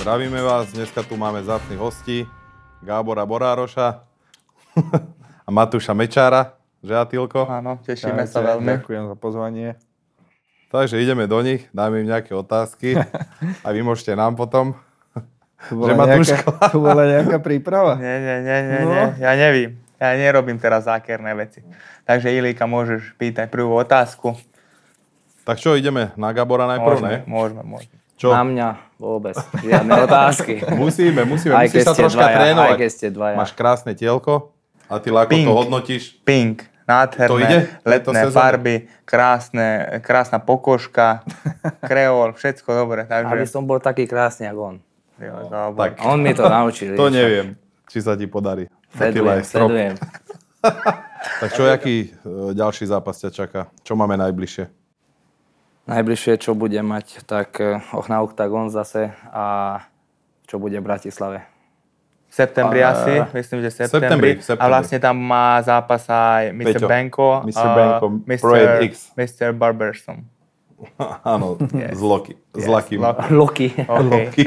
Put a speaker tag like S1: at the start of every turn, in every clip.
S1: Zdravíme vás, dneska tu máme zácnych hostí. Gábora Borároša a Matúša Mečára, že Atilko?
S2: Áno, tešíme
S3: Čaute,
S2: sa veľmi.
S3: Ďakujem za pozvanie.
S1: Takže ideme do nich, dáme im nejaké otázky a vy môžete nám potom.
S3: Tu
S1: Že ma
S3: nejaká,
S1: tuška.
S3: tu bola nejaká príprava.
S2: Nie, nie, nie, nie,
S3: No.
S2: nie. Ja nevím. Ja nerobím teraz zákerné veci. Takže Ilíka, môžeš pýtať prvú otázku.
S1: Tak čo, ideme na Gábora najprv, ne?
S2: Môžeme, môžeme, môžeme.
S1: Čo?
S4: Na mňa vôbec. Žiadne otázky.
S1: Musíme, musíme,
S4: Aj
S1: musíš
S4: keď
S1: sa
S4: ste
S1: troška
S4: dvaja,
S1: trénovať.
S4: aj keď ste dvaja.
S1: Máš krásne tielko a ty ako
S2: Pink.
S1: to hodnotíš.
S2: Pink,
S1: To ide?
S2: nádherné,
S1: Tejto
S2: letné
S1: sezóne?
S2: farby, krásne, krásna pokožka, kreol, všetko dobre.
S4: Aby
S2: Takže,
S4: som bol taký krásny ako on.
S2: Jo, dobre.
S1: Tak,
S4: A On mi to naučil.
S1: to
S4: vieš.
S1: neviem, či sa ti podarí. Taký
S4: Sledujem,
S1: live strop.
S4: sledujem.
S1: Tak čo, aký e, ďalší zápas ťa čaká? Čo máme najbližšie?
S4: Najbližšie, čo budem mať, tak eh, na Octagon zase a čo bude v Bratislave.
S2: V septembri asi, myslím, že
S1: septembri,
S2: septembri.
S1: v septembri.
S2: A vlastne tam má zápas aj Mr.
S1: Peťo,
S2: Benko,
S1: Mr. Benko,
S2: Mr.
S1: Projekt X.
S2: Mr. Barberson.
S1: Áno, z Loki. S Lakým.
S2: Loki.
S4: Loki.
S2: Okay.
S1: Loki.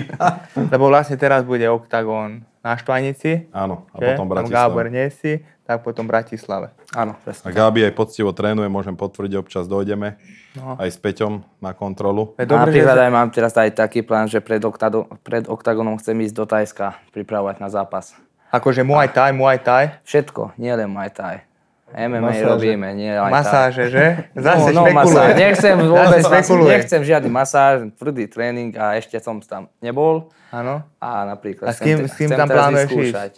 S2: Lebo vlastne teraz bude Octagon na Štvanici.
S1: Áno, a
S2: že?
S1: potom
S2: Tam
S1: Bratislava.
S2: Gábor nie si, tak potom Bratislave.
S4: Áno,
S1: A
S4: presne.
S1: Gábi aj poctivo trénuje, môžem potvrdiť, občas dojdeme.
S2: No.
S1: Aj s Peťom na kontrolu.
S2: To je dobré, že,
S4: Dobre, Napríklad aj mám teraz aj taký plán, že pred, oktado, pred Octagonom chcem ísť do Tajska pripravovať na zápas.
S2: akože Muay Thai, Muay Thai,
S4: Všetko, nielen Muay Thai. MMA
S3: Masáže.
S4: robíme, nie aj Thai.
S2: masáže, že?
S4: No,
S2: Zase
S4: no, masáž.
S2: špekuluje.
S4: Nechcem vôbec,
S2: Zase špekuluje.
S4: nechcem žiadny masáž, tvrdý tréning a ešte som tam nebol.
S2: Áno.
S4: A napríklad
S2: A s kým-
S4: chcem, te-
S2: s kým
S4: chcem
S2: tam
S4: teraz
S2: plánuješ
S4: vyskúšať.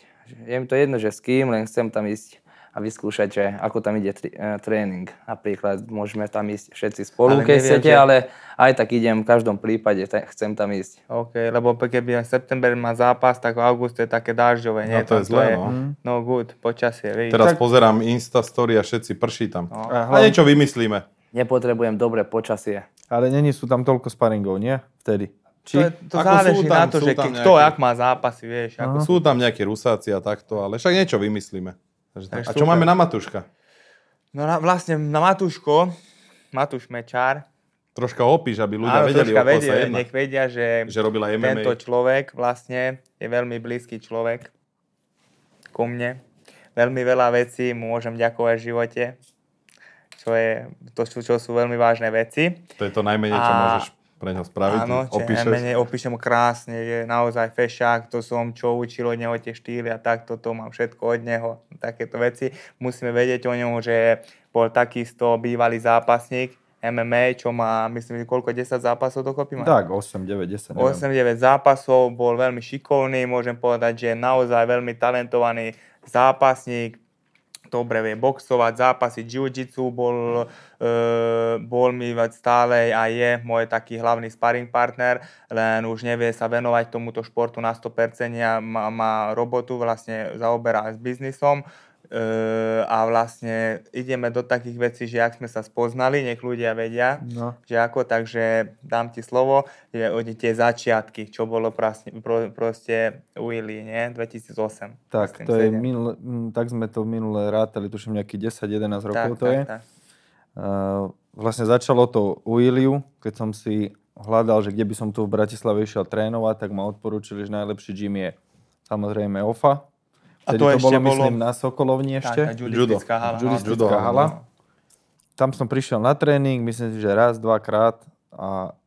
S4: Je mi to jedno, že s kým, len chcem tam ísť a vyskúšať, že ako tam ide tri, e, tréning. Napríklad môžeme tam ísť všetci spolu,
S2: Ale
S4: keď
S2: neviem,
S4: chcete,
S2: že-
S4: ale aj tak idem v každom prípade, te- chcem tam ísť.
S2: OK, lebo keby v september má zápas, tak v auguste je také dážďové.
S1: No
S2: Nie,
S1: to je
S2: Tam
S1: zlé, no.
S2: No good, počasie, vidíš.
S1: Teraz pozerám Insta story a všetci prší tam.
S2: No.
S1: A
S3: A
S1: niečo vymyslíme.
S4: Nepotrebujem dobré počasie.
S3: Ale není sú tam toľko sparingov, nie? Vtedy.
S2: To, je- to
S1: Ako sú
S2: záleží
S1: tam-
S2: na to,
S1: sú
S2: že
S1: tam No.
S2: ke, kto,
S1: nejakí-
S2: ak má zápasy, vieš. Ako,
S1: Sú tam nejakí rusáci a takto, ale však niečo vymyslíme. Takže tak.
S2: Takže
S1: A čo
S2: super.
S1: máme na Matúška?
S2: no na, vlastne na Matúško, Matúš Mečár,
S1: Troška opíš, aby ľudia vedeli, o
S2: troška
S1: koho
S2: vedie,
S1: sa jedná.
S2: nech vedia, že,
S1: Že robila MMA.
S2: tento človek vlastne je veľmi blízky človek ku mne. Veľmi veľa vecí mu môžem ďakovať v živote, čo, je, to, sú- čo sú veľmi vážne veci.
S1: To je to najmenej, čo
S2: A-
S1: môžeš pre ňo spraviť.
S2: Áno, čo
S1: opíšeš.
S2: menej opíšem ho krásne, je naozaj fešák, to som čo učil od neho tie štýly a tak, toto mám všetko od neho, takéto veci. Musíme vedieť o ňom, že bol takisto bývalý zápasník MMA, čo má, myslím, že koľko, 10 zápasov dokopy má?
S3: Tak, 8, 9, 10, neviem.
S2: 8-9 zápasov, bol veľmi šikovný, môžem povedať, že je naozaj veľmi talentovaný zápasník, dobre vie boxovať, zápasy jiu-jitsu, bol, e, bol mi veď stále a je môj taký hlavný sparring partner, len už nevie sa venovať tomuto športu na 100%, a má, má robotu, vlastne zaoberá aj s biznisom. E, a vlastne ideme do takých vecí, že ak sme sa spoznali, nech ľudia vedia,
S3: No.
S2: že ako, takže dám ti slovo, že o tie začiatky, čo bolo prasne, pro, proste u Ili, nie? 2008.
S3: Tak,
S2: myslím,
S3: to je
S2: sedem.
S3: minule, mm, tak sme to minule rátali, tuším nejakých 10-11
S2: tak,
S3: rokov to
S2: tak,
S3: je.
S2: Tak.
S3: Uh, vlastne začalo to u Iliu, keď som si hľadal, že kde by som tu v Bratislave išiel trénovať, tak ma odporúčili, že najlepší gym je samozrejme OFA.
S2: A
S3: Vtedy
S2: to
S3: to,
S2: ešte
S3: bolo,
S2: bolo-
S3: myslím, na Sokolovni
S2: Tak,
S3: ešte.
S2: tá judistická hala. no.
S1: Judo.
S2: Judo.
S3: Judistická hala. Tam som prišiel na tréning, myslím si, že raz, dvakrát a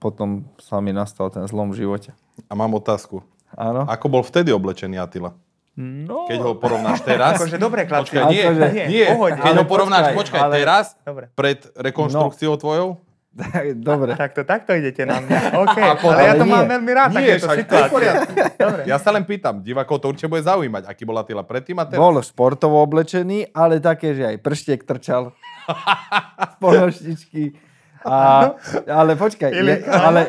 S3: potom sa mi nastal ten zlom v živote.
S1: A mám otázku.
S3: Áno.
S1: Ako bol vtedy oblečený Atila?
S3: No.
S1: Keď ho porovnáš teraz...
S2: Akože dobre, chlapci.
S1: Počkaj, nie,
S3: Akože-
S1: nie, nie.
S2: pohode.
S1: Keď ho
S2: Ale
S1: porovnáš,
S3: počkaj,
S1: počkaj,
S3: ale-
S1: teraz,
S2: Dobre.
S1: pred rekonštrukciou tvojou?
S3: Dobre.
S2: Takto, takto idete na mňa. OK,
S1: po-
S2: ale ja
S3: ale
S2: to
S3: nie.
S2: mám veľmi rád,
S1: však,
S2: takéto
S1: to je v
S2: situácie.
S1: poriadku.
S2: Dobre.
S1: Ja sa len pýtam, divákov to určite bude zaujímať, aký bol Atila predtým a teraz.
S3: Bol športovo oblečený, ale také, že aj prštiek trčal. Z ponožničky. A, ale počkaj, je, ale,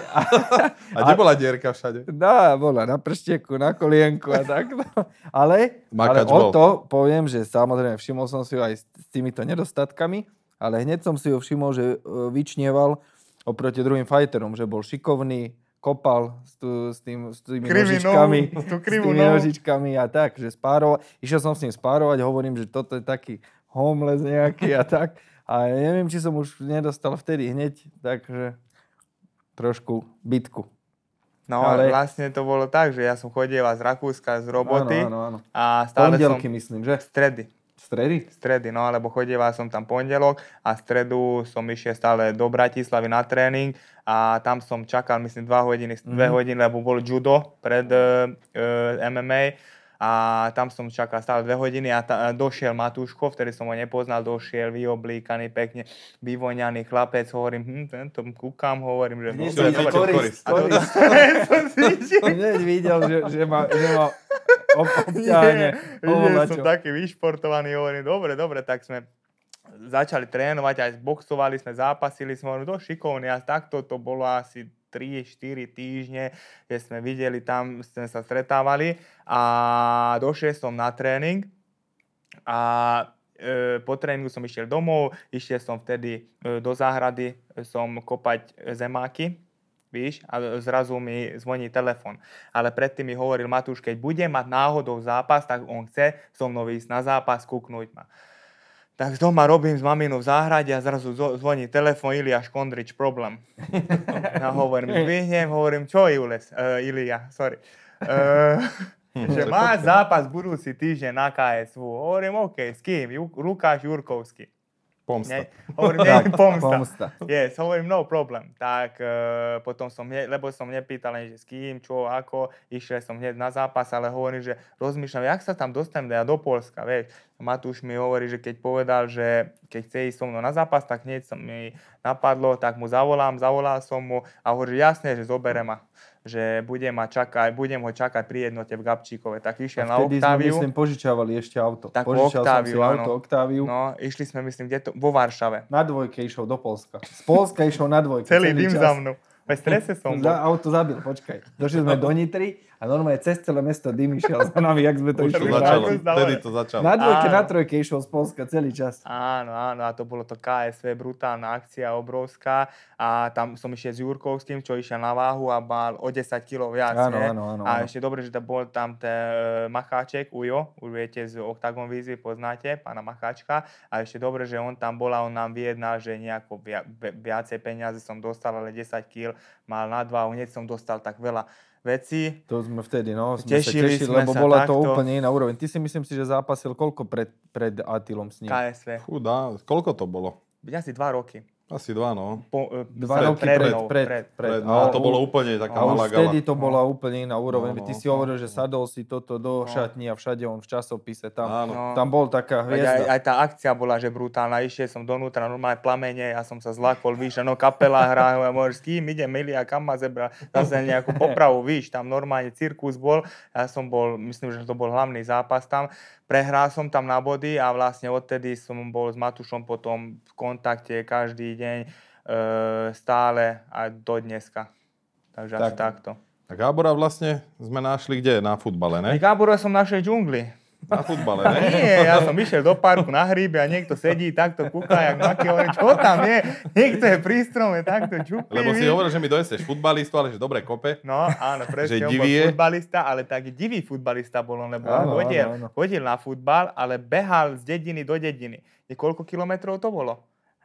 S1: A kde bola dierka všade?
S3: Dá, No, bola na prštieku, na kolienku a takto. Ale, ale
S1: Makač bol.
S3: o to poviem, že samozrejme všimol som si ju aj s s týmito nedostatkami, ale hneď som si ho všimol, že e, vyčnieval oproti druhým fighterom, že bol šikovný, kopal s, tu, s, tým, s tými
S2: Krivý
S3: nožičkami,
S2: nohu, tú
S3: s
S2: krivú
S3: tými
S2: nohu.
S3: nožičkami a tak, že spároval. Išiel som s ním spárovať, hovorím, že toto je taký homeless nejaký a tak. A ja neviem, či som už nedostal vtedy hneď, takže trošku bitku.
S2: No ale
S3: Ale-
S2: vlastne to bolo tak, že ja som chodieval z Rakúska z roboty
S3: Áno, áno, áno.
S2: a stále
S3: Pondelky
S2: som...
S3: myslím, že?
S2: Stredy.
S3: Stredy?
S2: Stredy, no alebo chodieval som tam pondelok a stredu som išiel stále do Bratislavy na tréning a tam som čakal myslím 2 hodiny, 2 hodiny, lebo bol judo pred e, e, MMA a tam som čakal stále 2 hodiny a ta, došiel Matúško, vtedy som ho nepoznal, došiel vyoblíkaný pekne, vyvoňaný chlapec, hovorím, hm, tento kúkam, hovorím, že...
S3: Hneď
S2: no,
S1: si
S3: som
S1: je
S3: videl
S1: Peťo Koris.
S3: Koris,
S2: a to,
S3: Koris.
S2: som si išiel
S3: Hneď videl, že, že má, že má ob- obťahanie.
S2: Nie, videl
S3: Ovoľačo.
S2: som taký vyšportovaný, hovorím, dobre, dobre, tak sme začali trénovať, aj boxovali sme, zápasili sme, hovorím, dosť šikovný a takto to bolo asi 3-4 týždne, kde sme videli, tam sme sa stretávali a došiel som na tréning a e, po tréningu som išiel domov, išiel som vtedy e, do záhrady, e, som kopať e, zemáky, víš, a zrazu mi zvoní telefon. Ale predtým mi hovoril Matúš, keď budem mať náhodou zápas, tak on chce so mnou ísť na zápas, kúknúť ma. Tak doma robím s maminou v záhrade a zrazu zo- zvoní telefon Iliáš Kondrič, problém. A hovorím, zvihnem, hovorím, čo Jules, uh, Ilia, sorry. Uh, že má zápas budúci týždeň na KSV. Hovorím, OK, s kým? Ju- Lukáš Jurkovský.
S1: Pomsta.
S2: Ne, hovorím, ne, pomsta.
S3: Pomsta.
S2: Yes, hovorím, no problem. Tak e, potom som, hneď, lebo som nepýtal ani, že s kým, čo, ako, išiel som hneď na zápas, ale hovorím, že rozmýšľam, jak sa tam dostanem ja do Polska, vieš. Matúš mi hovorí, že keď povedal, že keď chce ísť so mnou na zápas, tak hneď sa mi napadlo, tak mu zavolám, zavolal som mu a hovorí, že jasné, že zoberem ma že budem, ma čakať, budem ho čakať pri jednote v Gabčíkove. Tak išiel na
S3: Vtedy sme,
S2: Octaviu.
S3: myslím, požičiavali ešte auto.
S2: Tak
S3: Požičal
S2: Octaviu,
S3: som si auto
S2: áno.
S3: Octaviu.
S2: No, išli sme, myslím, kde to, vo Varšave.
S3: Na dvojke išiel do Polska. Z Polska išiel na dvojke.
S2: Celý, dym
S3: čas.
S2: za mnou. Ve strese som bol.
S3: Za auto zabil, počkaj. Došli sme do Nitry a normálne cez celé mesto dym išiel za nami, jak sme to
S1: Už to
S3: išli.
S2: na
S1: začalo.
S2: Rakúsku, dobre.
S1: Vtedy to začalo.
S3: Na dvojke,
S2: Áno.
S3: na trojke išiel z Polska celý čas.
S2: Áno, áno, a to bolo to KSV, brutálna akcia, obrovská. A tam som išiel s Jurkovským, čo išiel na váhu a mal o 10 kg viac.
S3: Áno,
S2: ne?
S3: áno, áno,
S2: A
S3: áno.
S2: ešte dobre, že tam bol tam ten e, Macháček, Ujo, už viete z Octagon výzvy, poznáte pána Macháčka. A ešte dobre, že on tam bol a on nám vyjednal, že nejako via, vi- viacej peniazy som dostal, ale 10 kg mal na dva, hneď som dostal tak veľa vecí.
S3: To sme vtedy, no, sme
S2: Tešili
S3: sa tešili,
S2: sme
S3: lebo
S2: sa
S3: bola to
S2: takto.
S3: úplne iná úroveň. Ty si myslím si, že zápasil koľko pred, pred Atilom s ním?
S2: KSV.
S1: Chudá, koľko to bolo?
S2: Asi dva roky.
S1: Asi dva, no.
S2: Po, e,
S3: Dva roky
S1: pred,
S2: mnou,
S3: pred,
S1: Pred,
S3: Pred-
S1: no,
S3: a
S1: to
S3: u-
S1: bolo úplne taká
S3: A
S1: malá
S3: už vtedy
S1: gala.
S3: to bola úplne iná úroveň.
S1: No,
S3: Ty
S1: no.
S3: si hovoril, že sadol si toto do šatní a všade on v časopise tam.
S1: Áno.
S2: No.
S3: Tam bol
S2: Veď
S3: taká
S2: No. Aj,
S3: hviezda.
S2: aj tá akcia bola, že brutálna. Išiel som donútra, normálne plamene, ja som sa zlakol, víš, no kapela hrá, hovorím, hovorím, s kým ide Melia, kam ma zebra, zase nejakú popravu, víš, tam normálne cirkus bol, ja som bol, myslím, že to bol hlavný zápas tam, prehral som tam na body a vlastne odtedy som bol s Matušom potom v kontakte každý deň, e, stále a do dneska. Takže tak. asi
S3: Tak.
S2: takto.
S1: A Gábora vlastne sme našli kde? Na futbale, ne?
S2: Gábora som našiel v džungli.
S1: Na futbale, ne?
S2: Nie, ja som išiel do parku na hríbe a niekto sedí, takto kúka, jak maký, hovorí, čo tam je? Niekto je pri strome, takto čupí.
S1: Lebo si
S2: víš.
S1: hovoril, že mi dojesteš futbalistu, ale že dobre kope.
S2: No, áno, presne,
S1: Že
S2: on
S1: divý
S2: bol
S1: je.
S2: futbalista, ale taký divý futbalista bol on, lebo
S3: Áno,
S2: on chodil,
S3: áno, áno.
S2: chodil na futbal, ale behal z dediny do dediny. Je koľko kilometrov to bolo?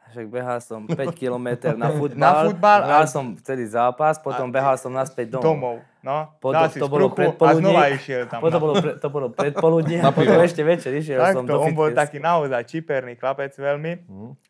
S4: Však behal som 5 km na futbal,
S2: futbal a-
S4: hral som celý zápas, potom behal som naspäť domov.
S2: Domov. No,
S4: Potom
S2: dal si
S4: to bolo
S2: špruchu a znova
S4: predpoludne,
S2: išiel tam. no.
S4: potom
S2: na-
S4: bolo, pre, to bolo predpoludne a
S1: Na pivo.
S4: potom ešte večer išiel
S2: Takto,
S4: som do Mhm.
S2: on bol
S4: fitnessu.
S2: taký naozaj čiperný chlapec veľmi,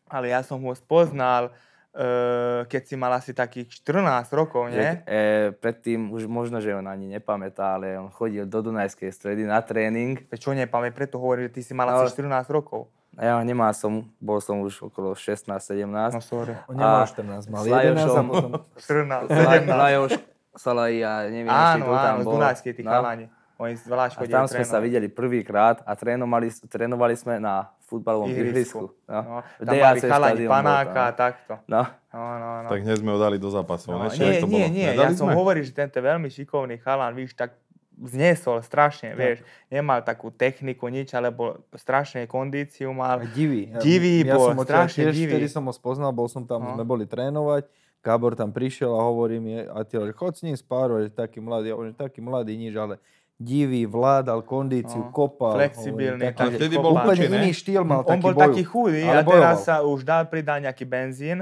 S2: ale ja som ho spoznal, eh, keď si mal asi takých 14 rokov,
S4: Že,
S2: nie?
S4: e, predtým už možno, že on ani nepamätá, ale on chodil do Dunajskej stredy na tréning.
S2: Veď Čo nepamäť, preto hovorím, že ty si mal
S4: No,
S2: asi 14 rokov.
S4: A ja ho nemal som, bol som už okolo 16-17.
S2: No sorry.
S3: On nemal
S4: a
S3: 14, mal
S4: s Lajom
S3: 11 a
S4: som-
S3: potom...
S2: 14,
S4: Laj-
S2: 17.
S4: Lajoš Salai a neviem, ešte
S2: Áno,
S4: kto tam
S2: áno, z
S4: bol. No.
S2: Dunajskej tí chalani. Oni zvlášť
S4: A
S2: chodili
S4: tam sme sa
S2: trénovať.
S4: videli prvýkrát a trénovali, trénovali sme na futbalovom ihrisku.
S2: No,
S4: No, v
S2: tam mali
S4: DAC
S2: chalani
S4: štadión bol
S2: panáka a
S4: tam.
S2: takto.
S4: No,
S2: No, no, no.
S1: Tak hneď sme ho dali do zápasov,
S2: no
S1: ne? Či jak
S2: nie,
S1: to
S2: nie,
S1: bolo?
S2: nie, ja
S1: Nedali
S2: som
S1: sme?
S2: hovoril, že tento veľmi šikovný chalan, víš, tak vzniesol strašne, vieš. Nemal takú techniku, nič, alebo strašne kondíciu mal.
S3: A divý.
S2: Divý
S3: ja,
S2: bol,
S3: som ho tiež-
S2: strašne
S3: tiež
S2: divý.
S3: Vtedy som ho spoznal, bol som tam,
S2: No.
S3: sme boli trénovať. Gábor tam prišiel a hovorí mi, a ty že chod s ním spárovať, že taký mladý, ja hovorím, taký mladý nič, ale divý, vládal
S2: No.
S3: kondíciu, kopal. hovorím,
S2: Flexibilný,
S3: taký,
S1: A
S2: taký
S1: vtedy
S2: kopal.
S1: bol
S3: úplne
S1: Či ne?
S3: iný štýl mal,
S2: On
S3: taký
S2: bol
S3: boju,
S2: taký chudý
S3: ale
S2: a teraz
S3: bojoval.
S2: sa už dal pridal nejaký benzín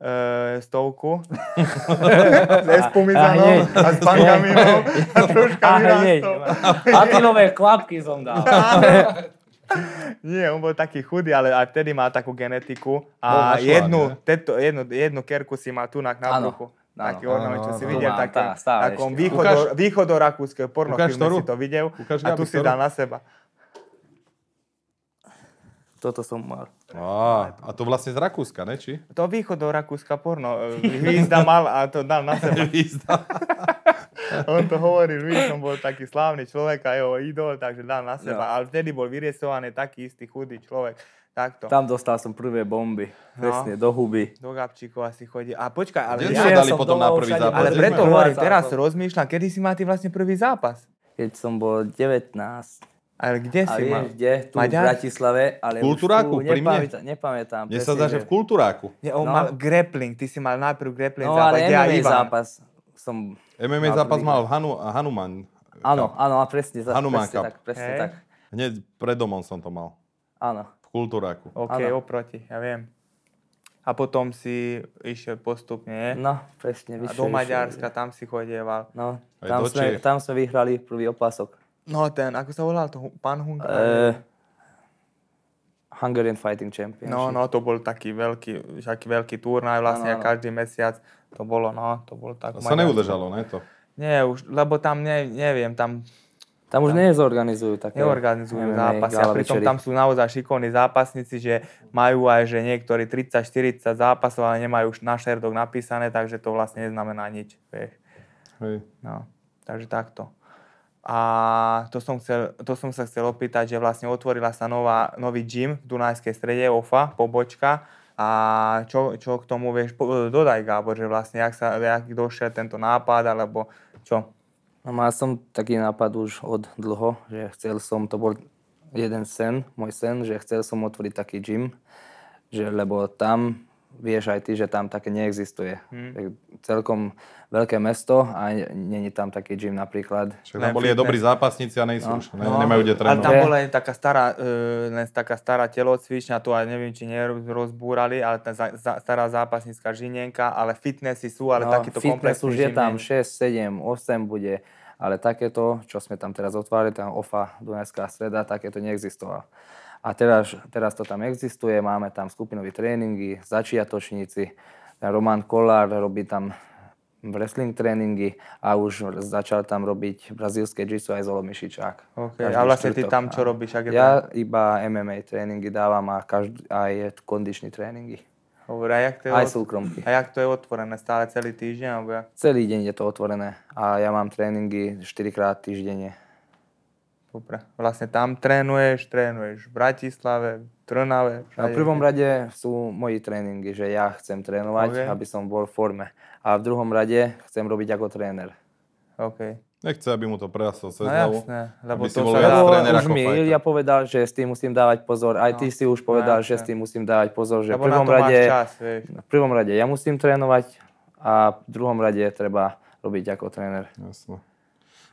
S2: e, stovku. Nespomínanou.
S4: hneď.
S2: A s pankami bol. A
S4: A
S2: troškami
S4: hneď.
S2: rastol.
S4: Latinové klapky som dal.
S2: Nie, on bol taký chudý, ale aj vtedy mal takú genetiku.
S1: Bol
S2: A
S1: našlák,
S2: jednu,
S1: ne?
S2: teto, jednu, jednu kerku si mal tu na bruchu.
S4: áno,
S2: Taký
S4: áno,
S2: ornament, čo
S3: áno,
S2: si
S3: áno.
S2: videl,
S4: Tu mám,
S2: takom,
S4: tá, stále
S2: takom
S4: ešte.
S1: Ukáž-
S2: východo, východorakúskeho pornofilme
S1: ktorú?
S2: si to videl
S1: Ukáž,
S2: a tu
S1: Gabi,
S2: si
S1: ktorú?
S2: dal na seba.
S4: Toto som mal.
S1: Á, a to vlastne z Rakúska, ne? Či?
S2: To východorakúska porno, e, hvízda mal a to dal na seba. On to hovoril, víš, on bol taký slávny človek a jeho idol, takže dal na seba.
S4: Ja.
S2: Ale vtedy bol vyriesovaný taký istý chudý človek. Takto.
S4: Tam dostal som prvé bomby. Presne, do huby.
S2: Do Gabčíkov asi chodí. A počkaj, ale,
S1: No. Kde
S2: ja,
S1: sa
S4: Išiel
S1: dali
S4: som
S1: potom na
S4: domov,
S1: prvý
S4: všade
S1: zápas?
S2: ale
S4: boli
S2: preto
S4: Zrejme.
S2: hovorím,
S4: Zápas.
S2: teraz rozmýšľam, kedy si má ty vlastne prvý zápas.
S4: Keď som bol 19.
S2: Ale kde
S4: A
S2: si mal?
S4: vieš, kde? Tu v
S2: Maďar?
S4: Bratislave, ale
S1: Kultúráku,
S4: už tu
S1: pri mne?
S4: nepamätám. nepamätám
S1: Mne sa
S4: presne,
S1: zdá, že v kultúráku.
S2: Nie, on
S4: No.
S2: mal grappling, ty si mal najprv grappling
S4: No
S2: zápas,
S4: ale
S2: kde aj
S4: MMA
S2: Ivan.
S4: zápas som...
S1: MMA
S4: mal
S1: zápas
S4: prvý.
S1: mal v Hanu, Hanuman. no.
S4: Áno, áno, a presne, za-
S1: Hanuman
S4: presne
S1: Cup.
S4: tak, presne
S2: Hej.
S4: tak.
S1: Hneď pred domom som to mal.
S4: Áno.
S1: V kultúráku.
S2: OK,
S4: Áno.
S2: oproti, ja viem. A potom si išiel postupne, nie?
S4: No, presne,
S2: a
S4: vyššie,
S2: do
S4: vyššie,
S2: Maďarska, tam si chodieval.
S4: vyššie. No,
S1: Aj
S4: tam
S1: do
S4: sme,
S1: Čiech.
S4: tam sme vyhrali prvý opasok.
S2: No ten, ako sa volal to, Hu- pán Hunka?
S4: Uh, Hungarian Fighting Championship.
S2: No, no, to bol taký veľký, taký veľký turnaj vlastne
S4: Áno, áno.
S2: a každý mesiac to bolo, no, to bolo tak.
S1: To sa neudržalo, ne? To.
S2: Nie, už, lebo tam ne, neviem, tam
S4: Tam už nezorganizujú také
S2: neorganizujú
S4: MMA
S2: zápasy a
S4: gala
S2: pritom
S4: večery.
S2: tam sú naozaj šikovní zápasníci, že majú aj, že niektorí 30-40 zápasov, ale nemajú už na šerdok napísané, takže to vlastne neznamená nič, vieš.
S1: Hej.
S2: No, takže takto. A to som, chcel, to som sa chcel opýtať, že vlastne otvorila sa nová, nový gym v Dunajskej strede, OFA, pobočka. A čo, čo k tomu vieš, po, dodaj Gábor, že vlastne jak, sa, jak došiel tento nápad, alebo čo?
S4: No, mal som taký nápad už od dlho, že chcel som, to bol jeden sen, môj sen, že chcel som otvoriť taký gym, že, lebo tam, vieš aj ty, že tam také neexistuje. Hmm. Celkom veľké mesto a n- není tam taký gym napríklad.
S1: Však tam
S2: Len
S1: boli aj
S2: fitness. No.
S1: dobrí zápasníci a nejsú už. Ne, No, nemajú kde
S2: Ale tam
S1: trénovať.
S4: Že-
S2: bola aj taká stará, e, len taká stará telocvičňa, tu aj neviem, či nerozbúrali, ale tá za, za, stará zápasnícka žinienka, ale fitnessy sú, ale takýto
S4: No, fitness
S2: komplexný
S4: už je
S2: gym
S4: tam
S2: není.
S4: 6, 7, 8 bude, ale takéto, čo sme tam teraz otvárali, tam OFA Dunajská streda, takéto neexistovalo. A teraz, teraz to tam existuje, máme tam skupinové tréningy, začiatočníci, Roman Kolár robí tam wrestling tréningy a už začal tam robiť brazílske jiu aj Zolo Mišičák.
S2: OK,
S4: Každý
S2: a vlastne ty
S4: štvrtok.
S2: tam čo robíš? Ak je tam-
S4: Ja iba MMA tréningy dávam a každ- aj kondičné tréningy.
S2: Dobre, a jak to je,
S4: Aj
S2: ot-
S4: súkromky.
S2: a jak to je otvorené? Stále celý týždeň? Alebo jak?
S4: Celý deň je to otvorené a ja mám tréningy 4 krát týždenne.
S2: Dobre. Vlastne tam trénuješ, trénuješ v Bratislave, v Trnave.
S4: A v prvom rade sú moji tréningy, že ja chcem
S2: Ok.
S4: trénovať, aby som bol v forme. A v druhom rade chcem robiť ako tréner.
S2: OK.
S1: Nechce, aby mu to prerastlo cez
S2: No
S1: hlavu.
S2: jasné, lebo
S1: aby si
S2: to
S1: bol
S2: sa
S1: viac
S2: dá-
S4: Lebo
S1: tréner
S4: už
S1: ako
S4: mi
S1: fighter.
S4: Ilia povedal, že s tým musím dávať pozor. Aj ty si už povedal,
S2: no
S4: že
S2: jasné.
S4: s tým musím dávať pozor. Že v
S2: Lebo na
S4: prvom
S2: to máš
S4: rade,
S2: čas, vieš.
S4: v prvom rade ja musím trénovať a v druhom rade treba robiť ako tréner.
S1: Jasné.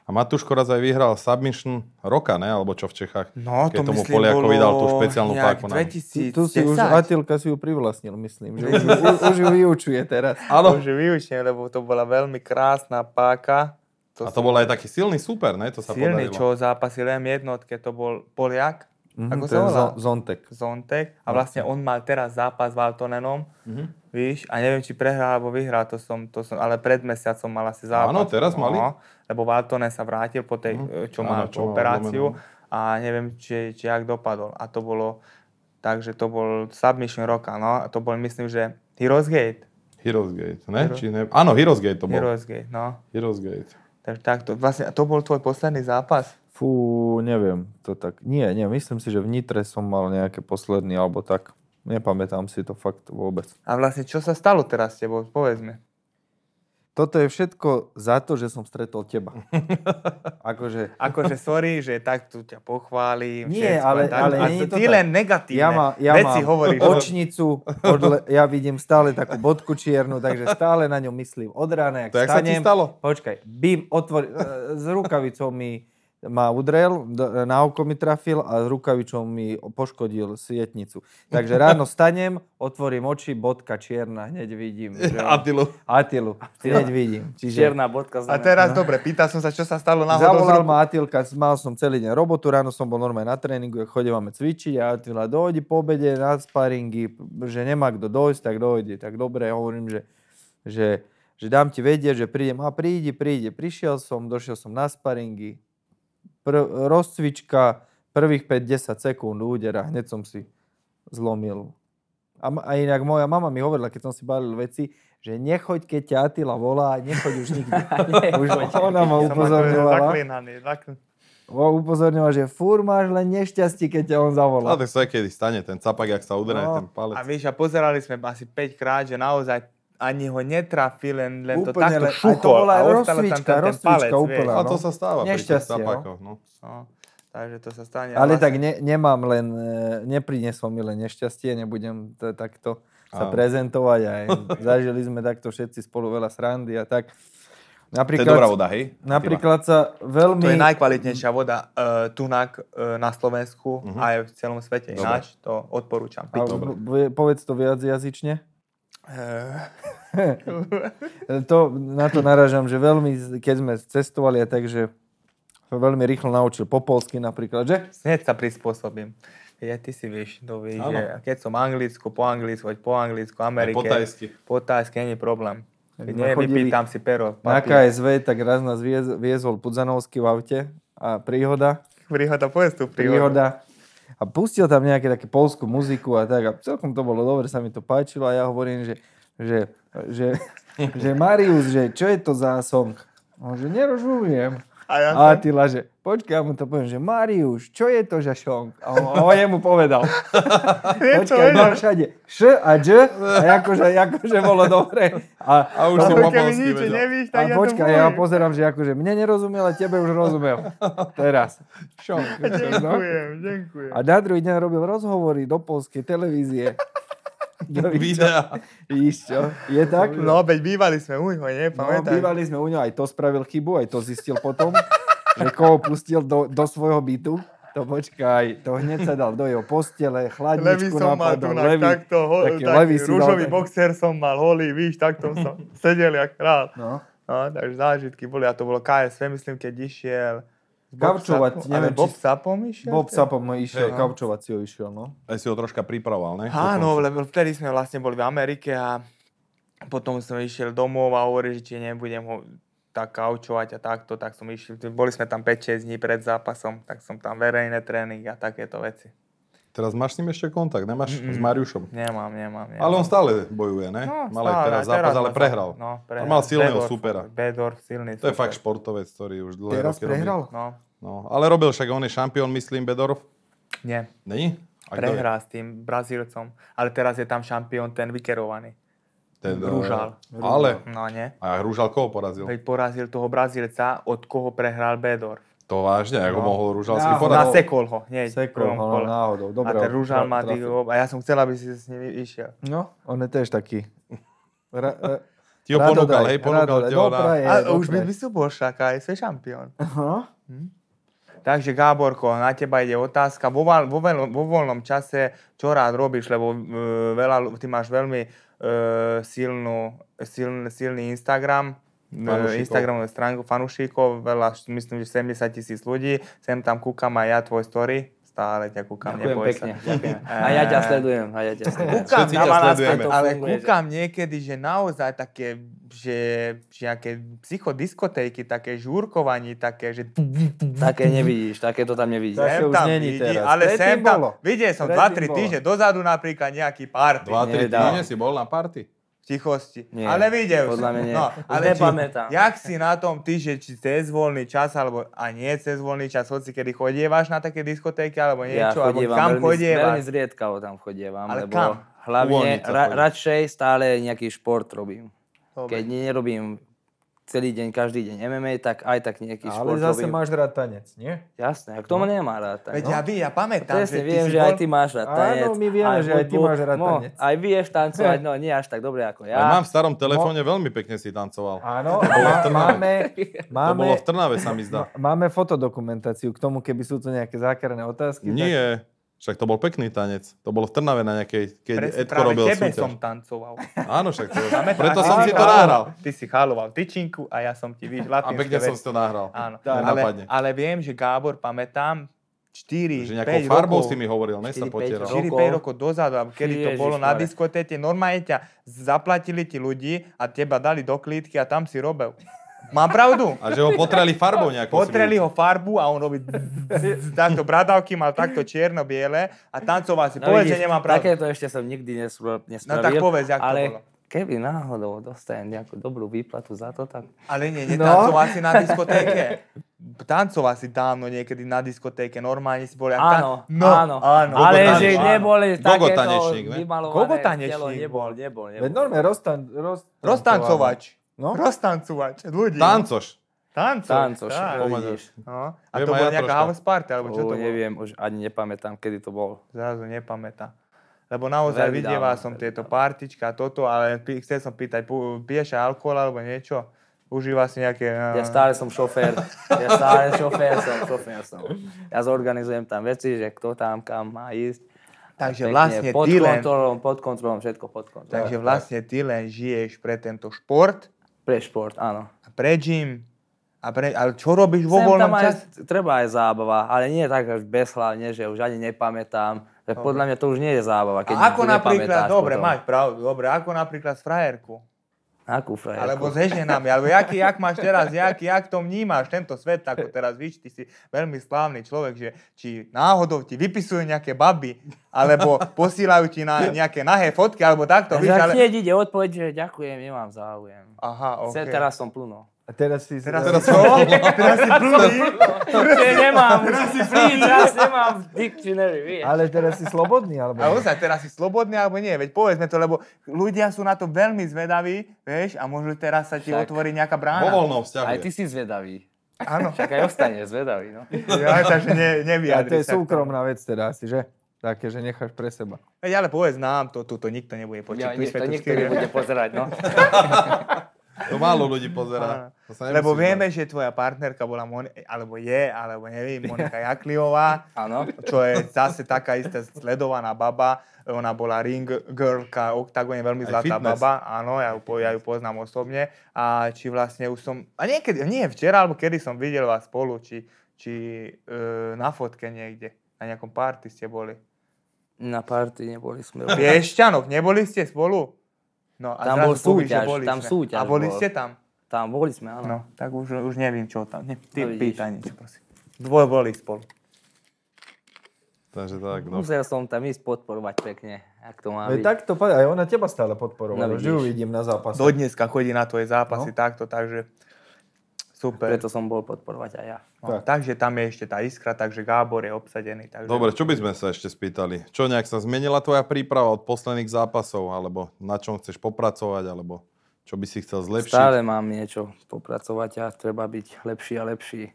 S1: A Matúško raz aj vyhral submission roka, ne? Alebo čo v Čechách?
S2: No,
S1: Keď
S2: to
S1: tomu
S2: myslím
S1: Poliakovi
S2: bolo
S1: dal tú špeciálnu
S2: nejak
S1: páku na...
S2: 2010.
S3: Tu si už, Atilka si ju privlastnil, myslím. Že už, ju- už, už ju vyučuje teraz.
S2: Áno. Už vyučne, lebo to bola veľmi krásna páka.
S1: A to bol aj taký silný super, ne? To sa
S2: silný,
S1: podarilo.
S2: čo zápasil M jednotke, to bol Poliak. Ako
S3: Mhm,
S2: sa volá?
S3: Zontek.
S2: Zontek a vlastne on mal teraz zápas s Valtonenom,
S1: Mhm.
S2: víš, a neviem, či prehral alebo vyhral, to som, to som, ale pred mesiacom mal asi zápas.
S1: Áno,
S2: No,
S1: teraz mali? Mhm.
S2: lebo Valtonen sa vrátil po tej, e, čo
S1: Áno,
S2: mal
S1: čo mal
S2: tú operáciu a neviem, či, či jak dopadol. A to bolo, takže to bol submission roka, no, a to bol myslím, že Heroes Gate.
S1: Heroes Gate, ne? Či ne? Áno, Heroes Gate to bol. Heroes,
S2: Heroes Gate, no.
S1: Gate.
S2: Takže takto, vlastne, a to bol tvoj posledný zápas?
S3: Fú, neviem, to tak. Nie, nie, myslím si, že v Nitre som mal nejaké posledný, alebo tak. Nepamätám si to fakt vôbec.
S2: A vlastne, čo sa stalo teraz s tebou, povedzme.
S3: Toto je všetko za to, že som stretol teba. akože,
S2: Akože sorry, že takto ťa pochválim.
S3: Nie,
S2: všetko
S3: ale-
S2: a tak,
S3: ale
S2: a
S3: nie je to
S2: ty
S3: tak.
S2: len negatívne
S3: ja, má, ja
S2: veci
S3: mám
S2: hovoríš.
S3: očnicu, odle, ja vidím stále takú bodku čiernu, takže stále na ňom myslím od rána, jak
S1: To jak sa ti
S3: stanem.
S1: stalo?
S3: Počkaj, bim, otvor, e, s rukavicou mi ma udrel, d- na oko mi trafil a rukavičom mi poškodil sietnicu. Takže ráno stanem, otvorím oči, bodka čierna, hneď vidím. Že...
S1: Atilu.
S3: Atilu, hneď vidím. Čiže
S4: Čierna bodka
S2: A
S4: znamená.
S2: teraz dobre, pýtal som sa, čo sa stalo náhodou z
S3: Zavolal
S2: ruku.
S3: ma Atilka, mal som celý deň robotu, ráno som bol normálne na tréningu, ja chodívame cvičiť a Atila dojde po obede na sparingy, že nemá kto dojsť, tak dojde. Tak dobre, hovorím, že, že, že dám ti vedieť, že prídem. A príde, príde. Prišiel som, došiel som na sparingy. Pr- rozcvička, prvých 5-10 sekúnd údera, hneď som si zlomil. A, m- a inak moja mama mi hovorila, keď som si balil veci, že nechoď, keď ťa Atila volá, nechoď už nikde. už ona ma
S2: Som akože
S3: upozorňovala.
S2: zaklinaný, zaklin-
S3: O, upozorňoval, že fur máš len nešťastie, keď ťa on zavolá.
S1: A tak sa aj kedy stane, ten capak, jak sa udrie,
S3: No.
S1: ten palec.
S2: A vieš, a pozerali sme asi 5 krát, že naozaj ani ho netrafil, len, len to takto
S3: len- aj to
S2: šuchol
S3: bola
S2: a ostalo tam ten,
S3: rozcvička,
S2: ten palec,
S3: rozcvička úplná.
S1: A
S3: no.
S1: to sa stáva pri tých
S3: Nešťastie, no.
S1: capakoch. No.
S2: No, takže to sa stane.
S3: Ale
S2: Vlastne-
S3: tak ne, nemám len, e, neprineslo mi len nešťastie, nebudem t- takto sa
S1: Áno.
S3: prezentovať. Aj zažili sme takto všetci spolu veľa srandy a tak.
S1: To je
S3: Napríklad,
S1: dobrá voda, hej?
S3: napríklad sa veľmi...
S2: To je najkvalitnejšia voda uh, tunak uh, na Slovensku uh-huh. aj v celom svete.
S1: Mhm. Dobre.
S2: Ináč to odporúčam.
S3: A
S1: Dobre.
S3: v- povedz to viac jazyčne. E,
S2: Uh,
S3: to, na to naražam, že veľmi, keď sme cestovali, a takže som veľmi rýchlo naučil po polsky napríklad, že?
S2: hneď sa prispôsobím. Ja, ty si vieš, to vieš,
S1: Áno.
S2: že keď som anglicko, po anglicku, hoď po anglicku, Amerike.
S1: po tajsky.
S2: Po tajsky, nie je problém. Keď
S3: Tak sme
S2: nie,
S3: chodili
S2: vypýtam si pero.
S3: Na
S2: papier.
S3: KSV, tak raz nás viez, viezol Pudzanovský v aute a príhoda,
S2: Príhoda, povedz tú príhodu.
S3: príhoda. A pustil tam nejaké také polskú muziku a tak. A celkom to bolo dobre, sa mi to páčilo a ja hovorím, že, že, že, že Marius, že čo je to za song? On že nerozumiem.
S2: A ja
S3: A Atila, že počkaj, ja mu to poviem, že Mariuš, čo je to za song? A on, a on jemu povedal. počkaj,
S2: vedel.
S3: no všade. Š a Ž a akože, akože bolo dobre. A,
S1: A už
S3: to
S1: si po
S3: bolo-
S2: Keby
S1: polsky
S2: nič
S1: vedel.
S2: nevíš, tak
S3: a
S2: ja to
S3: počkaj, ja
S2: poviem.
S3: pozerám, že akože mne nerozumel a tebe už rozumel. Teraz. Šok.
S2: Ďakujem, ďakujem.
S3: A na druhý deň robil rozhovory do polskej televízie.
S1: Videa.
S3: Víš čo? Je tak?
S2: No, veď bývali sme u ňoho, nie?
S3: No,
S2: Pamätáš?
S3: bývali sme u ňo, aj to spravil chybu, aj to zistil potom, že koho pustil do, do svojho bytu. To počkaj, to hneď sa dal do jeho postele,
S2: Levy
S3: chladničku
S2: som mal
S3: napadol,
S2: tu na takto, ho,
S3: taký
S2: taký,
S3: levý si dal
S2: rúžový
S3: tak-
S2: boxer som mal, holý, víš, takto som sedel jak král.
S3: No.
S2: No, takže zážitky boli, a to bolo KSV, myslím, keď išiel... s Bob
S3: Gaučovať,
S2: Sapom-
S3: neviem,
S2: ale Bob
S3: či-
S2: Sapom išiel?
S3: Bob sa po mne išiel,
S1: Hej.
S3: kaučovať si ho išiel, no.
S1: Aj si ho troška pripravoval, ne?
S2: Áno, lebo vtedy sme vlastne boli v Amerike a potom som išiel domov a hovoril, že či nebudem ho tak kaučovať a takto, tak som išiel. Boli sme tam 5-6 dní pred zápasom, tak som tam verejné tréning a takéto veci.
S1: Teraz máš s ním ešte kontakt, nemáš? S Mariušom.
S2: Nemám, nemám, nemám. No,
S1: Ale on stále bojuje, ne? Mal No, aj teraz zápas, ale
S2: ma-
S1: prehral.
S2: No,
S1: A mal silného
S2: Bedorf-
S1: supera.
S2: Bedorf, silný
S1: To je fakt športovec, ktorý už dlhé
S3: Teraz
S1: roky robí.
S3: prehral?
S2: No,
S1: No, ale robil však, on je šampión, myslím, Bedorov.
S2: nie.
S1: Není? A kto je?
S2: Prehrá s tým Brazílcom, ale teraz je tam šampión ten vykerovaný.
S1: Ten, eh,
S2: Ružal.
S1: Ale,
S2: No nie.
S1: a Ružal koho porazil?
S2: Veď porazil toho Brazílca, od koho prehral Bedorf.
S1: To vážne, ako
S2: No.
S1: mohol Ružalský
S3: Ja,
S1: poraziť.
S2: Nasekol ho, hneď. v
S3: Sekol
S2: prvom
S3: ho no,
S2: kole.
S3: náhodou,
S2: A
S3: dobre.
S2: ten Ružal má tých...
S3: trafil.
S2: A ja som chcel, aby si s ním išiel.
S3: No, on je tiež taký. Ra, e,
S1: Ti ho
S3: radodaj,
S1: ponúkal, hej, ponúkal
S3: radodaj.
S1: ti ho na...
S3: Dopraje,
S2: A už by,
S3: dopraje.
S2: by si bol však aj sve šampión.
S3: Aha.
S2: Takže Gáborko, na teba ide otázka. Vo, val- vo, veľ- vo voľnom čase čo rád robíš, lebo e, veľa, lu- ty máš veľmi e, silnú, siln, silný Instagram,
S1: Fanúšikov.
S2: e, Instagramovú stránku fanúšikov, veľa, myslím, že 70 tisíc ľudí. Sem tam kúkam aj ja tvoj story, stále ťa kúkam,
S4: Ďakujem
S2: neboj
S4: pekne.
S2: sa.
S4: No, ďakujem. A ja ťa sledujem. A ja ťa sledujem.
S2: Kúkam
S1: Všetci
S2: E- na
S1: ťa
S2: vás,
S1: sledujeme.
S4: To
S2: ale
S4: funguje, že-
S2: kúkam niekedy, že naozaj také, že, že nejaké psychodiskotéky, také žúrkovanie, také, že...
S4: Také nevidíš, také to tam nevidíš.
S3: Tak-
S2: Sem
S3: už
S2: vidí,
S3: není teraz.
S2: Ale
S3: Predtým
S2: sem tam,
S3: bolo.
S2: videl som
S3: Predtým
S2: 2-3
S3: bolo.
S2: týždne dozadu napríklad nejaký party
S1: Dva, tri
S4: Nedá.
S1: týždne si bol na party?
S2: v tichosti.
S4: Nie,
S2: ale videl
S4: podľa
S2: som.
S4: mňa nie.
S2: No,
S4: Už
S2: ale či-
S4: nepamätám.
S2: Jak si na tom ty, že či cez voľný čas, alebo a nie cez voľný čas, hoci kedy chodievaš na také diskotéky, alebo
S4: Ja
S2: niečo, alebo
S4: chodievam,
S2: kam
S4: veľmi, veľmi
S2: chodievaš.
S4: zriedkavo tam chodievam,
S2: Ale
S4: lebo
S2: kam?
S4: hlavne
S1: Uvoľniť sa
S4: ra,
S1: chodíš.
S4: radšej stále nejaký šport robím.
S2: Dobre.
S4: Keď nerobím celý deň, každý deň MMA, tak aj tak nejaký
S3: Ale
S4: športový...
S3: zase máš rád tanec, nie?
S4: Jasné, a kto ma nemá rád? Tak,
S2: Veď
S4: no?
S2: ja, vy, ja pamätám,
S4: Presne,
S2: ty
S4: viem,
S2: si
S4: že
S2: bol-
S4: aj ty máš rád
S3: Áno,
S4: tanec.
S3: my vieme, že aj ty
S4: hudbu.
S3: máš rád
S4: No,
S3: tanec.
S4: Aj vieš tancovať, no nie až tak dobre ako
S1: Aj mám v
S4: ja.
S1: starom telefóne veľmi pekne si tancoval.
S3: Áno, a má, máme,
S1: To
S3: máme,
S1: bolo v Trnave, sa mi zdá.
S3: No, máme fotodokumentáciu k tomu, keby sú tu nejaké zákerné otázky. Tak,
S1: Nie, však to bol pekný tanec. To bolo v Trnave na nejakej, keď
S2: Presne,
S1: Edko
S2: práve
S1: robil
S2: tebe
S1: súťaž.
S2: som tancoval.
S1: Áno, však to
S2: Pamätáš?
S1: Preto
S2: Ty
S1: som si to nahral.
S2: Ty si cháloval tyčinku a ja som ti, víš,
S1: A
S2: latinské
S1: pekne som si
S2: veci.
S1: to nahral.
S2: Áno,
S1: Nenápadne.
S2: ale, ale viem, že Gábor, pamätám, 4,
S1: Že
S2: 5
S1: nejakou farbou
S2: rokov,
S1: si mi hovoril, ne sa
S4: 4-5
S1: potieral.
S4: rokov.
S2: 4-5 rokov dozadu, a kedy to
S4: Ježiš
S2: bolo na
S4: Mare.
S2: diskotéke, normálne ťa zaplatili ti ľudí a teba dali do klítky a tam si robil. Mám pravdu?
S1: A že ho potreli farbou nejakou. si mi-
S2: Potreli ho farbu a on robí takto bradavky, mal takto čierno-biele a tancoval si. Povedz, že
S4: No, vidíš,
S2: nemám pravdu.
S4: Takéto ešte som nikdy nespravil.
S2: No tak povedz, jak to
S4: ale
S2: bolo.
S4: keby náhodou dostajem nejakú dobrú výplatu za to, tak
S2: Ale nie,
S3: No.
S2: netancoval si na diskotéke. Tancoval si dávno niekedy na diskotéke, normálne si bol... jak tan-
S4: Áno,
S2: no,
S4: áno,
S2: áno.
S4: Ale
S1: Gogotanečník.
S4: že neboli
S1: Áno.
S4: takéto
S1: Gogotanečník, ne?
S4: vymalované
S2: Gogotanečník
S4: telo,
S2: bol.
S4: nebol, nebol,
S3: Veď
S4: nebol.
S3: normálne roztan, roz,
S2: Roztancovač.
S3: No.
S2: Roztancovač. Ľudí.
S1: Tancoš.
S2: Tancoš.
S4: Tancoš,
S2: tak.
S1: Pomaď.
S4: vidíš.
S2: No. A
S1: Viem
S2: to
S1: aj
S2: bola
S1: ja
S2: nejaká
S1: troška.
S2: house party, alebo čo to
S4: O,
S2: bolo?
S4: neviem, už ani nepamätám, kedy to bol.
S2: Zrazu nepamätá. Lebo naozaj
S4: Veľmi
S2: vidieval
S4: dávno, no.
S2: som
S4: veľmi
S2: tieto
S4: dávno.
S2: partička a toto, ale pi- chcel som pýtať, pu- piješ alkohol alebo niečo? Užíva si nejaké... eh,
S4: Ja stále som šofér, ja stále šofér som, šofér som. Ja zorganizujem tam veci, že kto tam kam má ísť.
S2: Takže
S4: Pekne,
S2: vlastne
S4: pod
S2: ty len,
S4: kontrolou, pod kontrolou, všetko pod kontrolou.
S2: takže vlastne ty len žiješ pre tento šport,
S4: Pre šport, áno.
S2: pre gym, a pre, ale čo robíš vo
S4: Sem
S2: voľnom
S4: tam aj,
S2: čase?
S4: treba aj zábava, ale nie tak až bezhlavne, že už ani nepamätám. Že podľa mňa to už nie je zábava, keď
S2: A ako napríklad,
S4: nepamätáš
S2: dobre,
S4: potom.
S2: máš pravdu, dobre, ako napríklad s frajerku?
S4: Akú frajerku?
S2: Alebo s ženami, alebo jaký, jak máš teraz, jaký, jak to vnímaš, tento svet, ako teraz víš, ty si veľmi slávny človek, že či náhodou ti vypisujú nejaké baby, alebo posílajú ti na nejaké nahé fotky, alebo takto, víš,
S4: Za
S2: ale...
S4: hneď ide odpoveď, že ďakujem, nemám záujem.
S2: Aha,
S4: Okay.
S2: okej.
S4: Teraz som plno.
S3: A teraz si...
S2: Teraz, teraz, čo? teraz si plný.
S4: Nie, nemám, plín, teraz nemám dictionary, vieš.
S3: ale teraz si slobodný, alebo...
S2: A ozaj, teraz si slobodný alebo nie, veď povedzme to, lebo ľudia sú na to veľmi zvedaví, vieš, a možno teraz sa ti
S4: Však.
S2: otvorí nejaká
S1: Vo
S2: brána.
S1: voľnom vzťahu.
S4: Aj
S1: je.
S4: ty si zvedavý.
S2: Áno,
S4: Tak aj ostane zvedavý, no.
S2: ja, takže ne,
S3: A
S2: nevyjadri
S3: to je
S2: sa k tomu.
S3: súkromná vec teda asi, že? Také, že necháš pre seba.
S2: Veď ale povedz nám, to, to, to nikto nebude počuť.
S4: Ja,
S2: my
S4: nie,
S2: sme
S4: to
S2: tu
S4: nikto
S2: štyria.
S4: nebude pozerať, no.
S1: To málo ľudí pozerá. teda, To sa
S2: Lebo
S1: nemusíš
S2: vieme, že tvoja partnerka bola, Mon- alebo je, alebo neviem, Monika Jakliová,
S4: Áno.
S2: čo je zase taká istá sledovaná baba. Ona bola ring girlka, oktagóne, veľmi
S1: Aj
S2: zlatá
S1: fitness.
S2: baba. Áno, ja ju, po, ja ju poznám osobne. A či vlastne už som, a niekedy, nie včera, alebo kedy som videl vás spolu, či, či e, na fotke niekde, na nejakom party ste boli.
S4: Na party neboli sme.
S2: Piešťanok, neboli ste spolu? No, a
S4: Tam
S2: zrazu
S4: bol
S2: povieš, že
S4: súťaž,
S2: boli
S4: tam
S2: sme.
S4: súťaž
S2: A boli
S4: bol.
S2: ste tam?
S4: Tam boli sme, áno.
S2: No, tak už, už neviem, čo tam. Ne, ty
S4: No vidíš.
S2: pýtaj niečo, prosím. Dvoj boli spolu.
S1: mať. Takže tak, no.
S4: Musel som tam ísť podporovať pekne, ak to má
S3: No
S4: byť.
S3: je tak to povedal, aj ona teba stále podporovala,
S4: No
S3: vždy ju
S4: vidíš.
S3: vidím na zápase.
S2: Do dneska chodí na tvoje zápasy takto, takže super.
S4: Preto som bol podporovať aj ja.
S2: no, Takže tam je ešte tá iskra, takže Gábor je obsadený. Takže...
S1: Dobre, čo by sme sa ešte spýtali? Čo nejak sa zmenila tvoja príprava od posledných zápasov? Alebo na čom chceš popracovať? Alebo čo by si chcel zlepšiť?
S4: Stále mám niečo popracovať a treba byť lepší a lepší.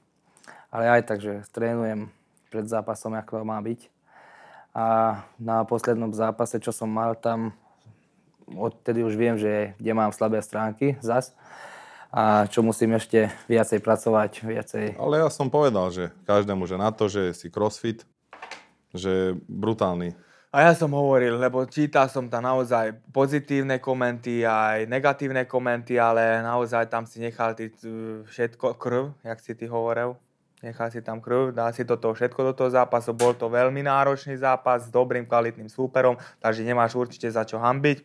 S4: Ale aj tak, že trénujem pred zápasom, ako má byť. A na poslednom zápase, čo som mal tam, odtedy už viem, že kde mám slabé stránky zas a čo musím ešte viacej pracovať, viacej.
S1: Ale ja som povedal, že každému, že na to, že si crossfit, že brutálny.
S2: A ja som hovoril, lebo čítal som tam naozaj pozitívne komenty, aj negatívne komenty, ale naozaj tam si nechal ty eh, všetko, krv, jak si ty hovoril. Nechal si tam krv, dal si toto všetko do toho zápasu. Bol to veľmi náročný zápas s dobrým kvalitným súperom, takže nemáš určite za čo hambiť.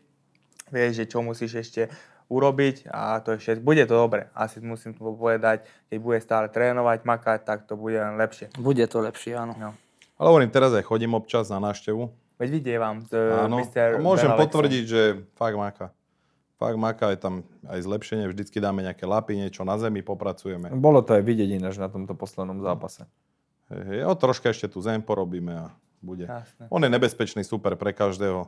S2: Vieš, že čo musíš ešte urobiť a to je všetko. Bude to dobre. Asi musím to povedať, keď bude stále trénovať, makať, tak to bude len lepšie.
S4: Bude to lepšie, áno.
S2: No.
S1: Ale hovorím, teraz aj chodím občas na návštevu.
S2: Veď vidievam,
S1: Áno. A
S2: uh, Mr.
S1: môžem
S2: Belavexom.
S1: potvrdiť, že fakt máka. Fakt máka, je tam aj zlepšenie. Vždycky dáme nejaké lapy, niečo na zemi, popracujeme.
S3: Bolo to aj vidieť ináč na tomto poslednom zápase.
S1: Hej, hej, o troška ešte tu zem porobíme a bude.
S2: Jasné.
S1: On je nebezpečný super pre každého.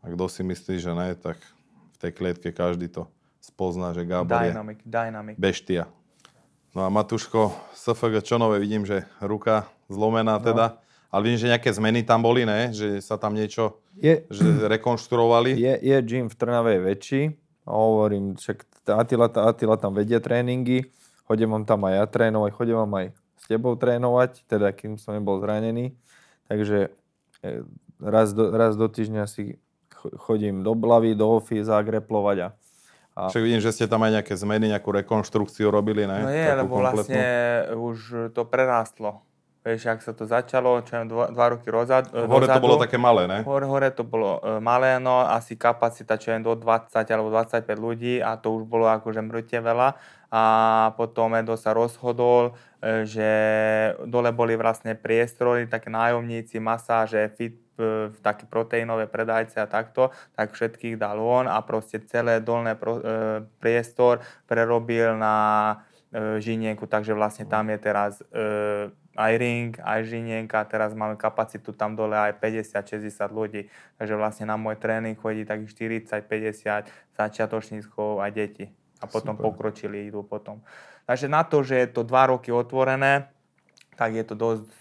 S1: A kto si myslí, že ne, tak v tej klietke každý to spozná, že Gábor je
S2: Dynamic, dynamic.
S1: beštia. No a Matuško, SFG Čonové, vidím, že ruka zlomená teda. Ale vidím, že nejaké zmeny tam boli, ne? Že sa tam niečo
S3: Je,
S1: že rekonštruovali.
S3: je, je gym v Trnave je väčší. A Hovorím, však tá Atila, tá Atila tam vedie tréningy. Chodím vám tam aj ja trénovať, chodím vám aj s tebou trénovať, teda kým som nebol zranený. Takže e, raz do, raz do týždňa si cho- chodím do Blavy, do Ofy zagreplovať a
S1: Však vidím, že ste tam aj nejaké zmeny, nejakú rekonštrukciu robili, ne?
S2: No je,
S1: Takú
S2: lebo vlastne už to prerástlo. Vieš, ak sa to začalo, čo neviem, dva, dva roky rozad,
S1: Hore to
S2: dozadu,
S1: bolo také malé, ne?
S2: Hore, hore to bolo e, malé, no asi kapacita čo je do 20 alebo 25 ľudí a to už bolo akože mŕte veľa. A potom Edo sa rozhodol, e, že dole boli vlastne priestory, také nájomníci, masáže, fit, e, také proteínové predajce a takto, tak všetkých dal on a proste celé dolné pro, e, priestor prerobil na e, žinienku, takže vlastne tam je teraz e, aj ring, aj žinienka, teraz máme kapacitu tam dole aj 50-60 ľudí, takže vlastne na môj tréning chodí tak 40-50 začiatočníkov a deti a potom
S1: Super.
S2: Super. pokročili idú potom. Takže na to, že je to dva roky otvorené, tak je to dosť e,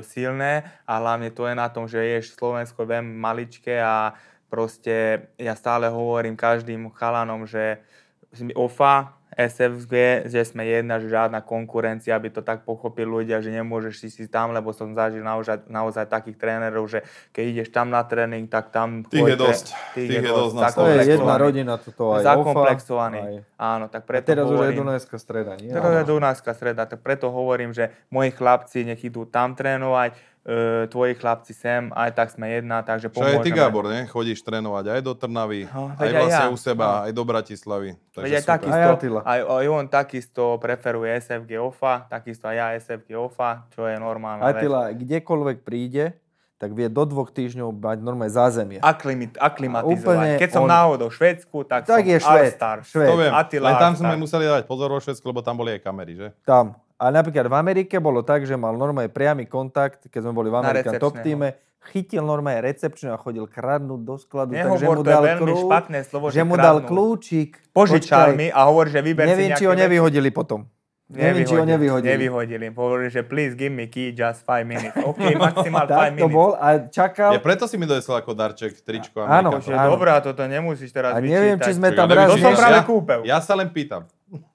S2: silné a hlavne to je na tom, že ješ Slovensko je veľmi maličké a proste ja stále hovorím každým chalanom, že sme OFA, SFG, že sme jedna, že žiadna konkurencia, aby to tak pochopili ľudia, že nemôžeš si ísť tam, lebo som zažil naozaj, naozaj takých trénerov, že keď ideš tam na tréning, tak tam...
S1: Tých je
S2: choďte.
S1: dosť. Tých je dosť na
S3: to je
S1: Komplexovaný.
S3: jedna rodina toto aj
S2: Zakomplexovaný.
S3: Ofa, aj,
S2: Áno, tak
S3: a
S2: preto
S3: teraz už aj
S2: hovorím,
S3: Dunajská streda, nie?
S2: to je Dunajská streda, tak preto hovorím, že moji chlapci nech idú tam trénovať, e, tvoji chlapci sem, aj tak sme jedna, takže
S1: Čo aj
S2: pomôžeme.
S1: ty, Gábor, ne? Chodíš trénovať aj do Trnavy,
S2: No,
S1: aj
S2: veď aj
S1: vlastne
S2: ja. No.
S1: u seba, aj do Bratislavy. Takže
S2: Veď aj
S1: super.
S2: takisto,
S3: Aj
S2: aj,
S3: Attila.
S2: aj, on takisto preferuje SFG OFA, takisto aj ja SFG OFA, čo je normálne. vec.
S3: Atila, kdekoľvek príde, tak vie do dvoch týždňov mať normálne zázemie.
S2: Aklimit,
S3: Úplne
S2: aklimatizovať. Keď som
S3: on-
S2: náhodou v Švedsku, tak,
S3: Tak
S2: som
S3: je Švéd,
S2: Allstar.
S3: Švéd.
S1: To viem,
S2: Attila
S1: len tam
S2: Allstar.
S1: sme museli dávať pozor vo Švedsku, lebo tam boli aj kamery, že?
S3: Tam. A napríklad v Amerike bolo tak, že mal normálne priamy kontakt, keď sme boli v
S2: Na
S3: American Top
S2: recepčného.
S3: Teame, chytil normálne recepčnú a chodil kradnúť do skladu, takže
S2: Nehovor,
S3: mu
S2: to je
S3: dal,
S2: veľmi
S3: kľú-
S2: špatné slovo,
S3: že
S2: že
S3: mu dal
S2: kradnúť.
S3: kľúčik.
S2: Požičal
S3: Počkaj,
S2: mi a hovorí, že vyber si
S3: Neviem, či ho
S2: nejaké veci.
S3: nevyhodili potom. Neviem, či ho nevyhodili.
S2: Nevyhodili. Hovorili, že please give me key just 5 minutes. OK, maximál 5
S3: Tak to
S2: minutes.
S3: bol a čakal.
S1: Ja preto si mi donesol ako darček tričko
S3: Áno,
S1: Amerika.
S2: Že
S3: Áno.
S2: dobrá, toto nemusíš teraz
S3: A neviem,
S2: vyčítať.
S3: či sme
S1: Čakaj,
S3: tam
S1: neviem,
S3: raz...
S2: To
S1: či-
S2: som
S1: ja-
S2: práve kúpil.
S1: Ja sa len pýtam.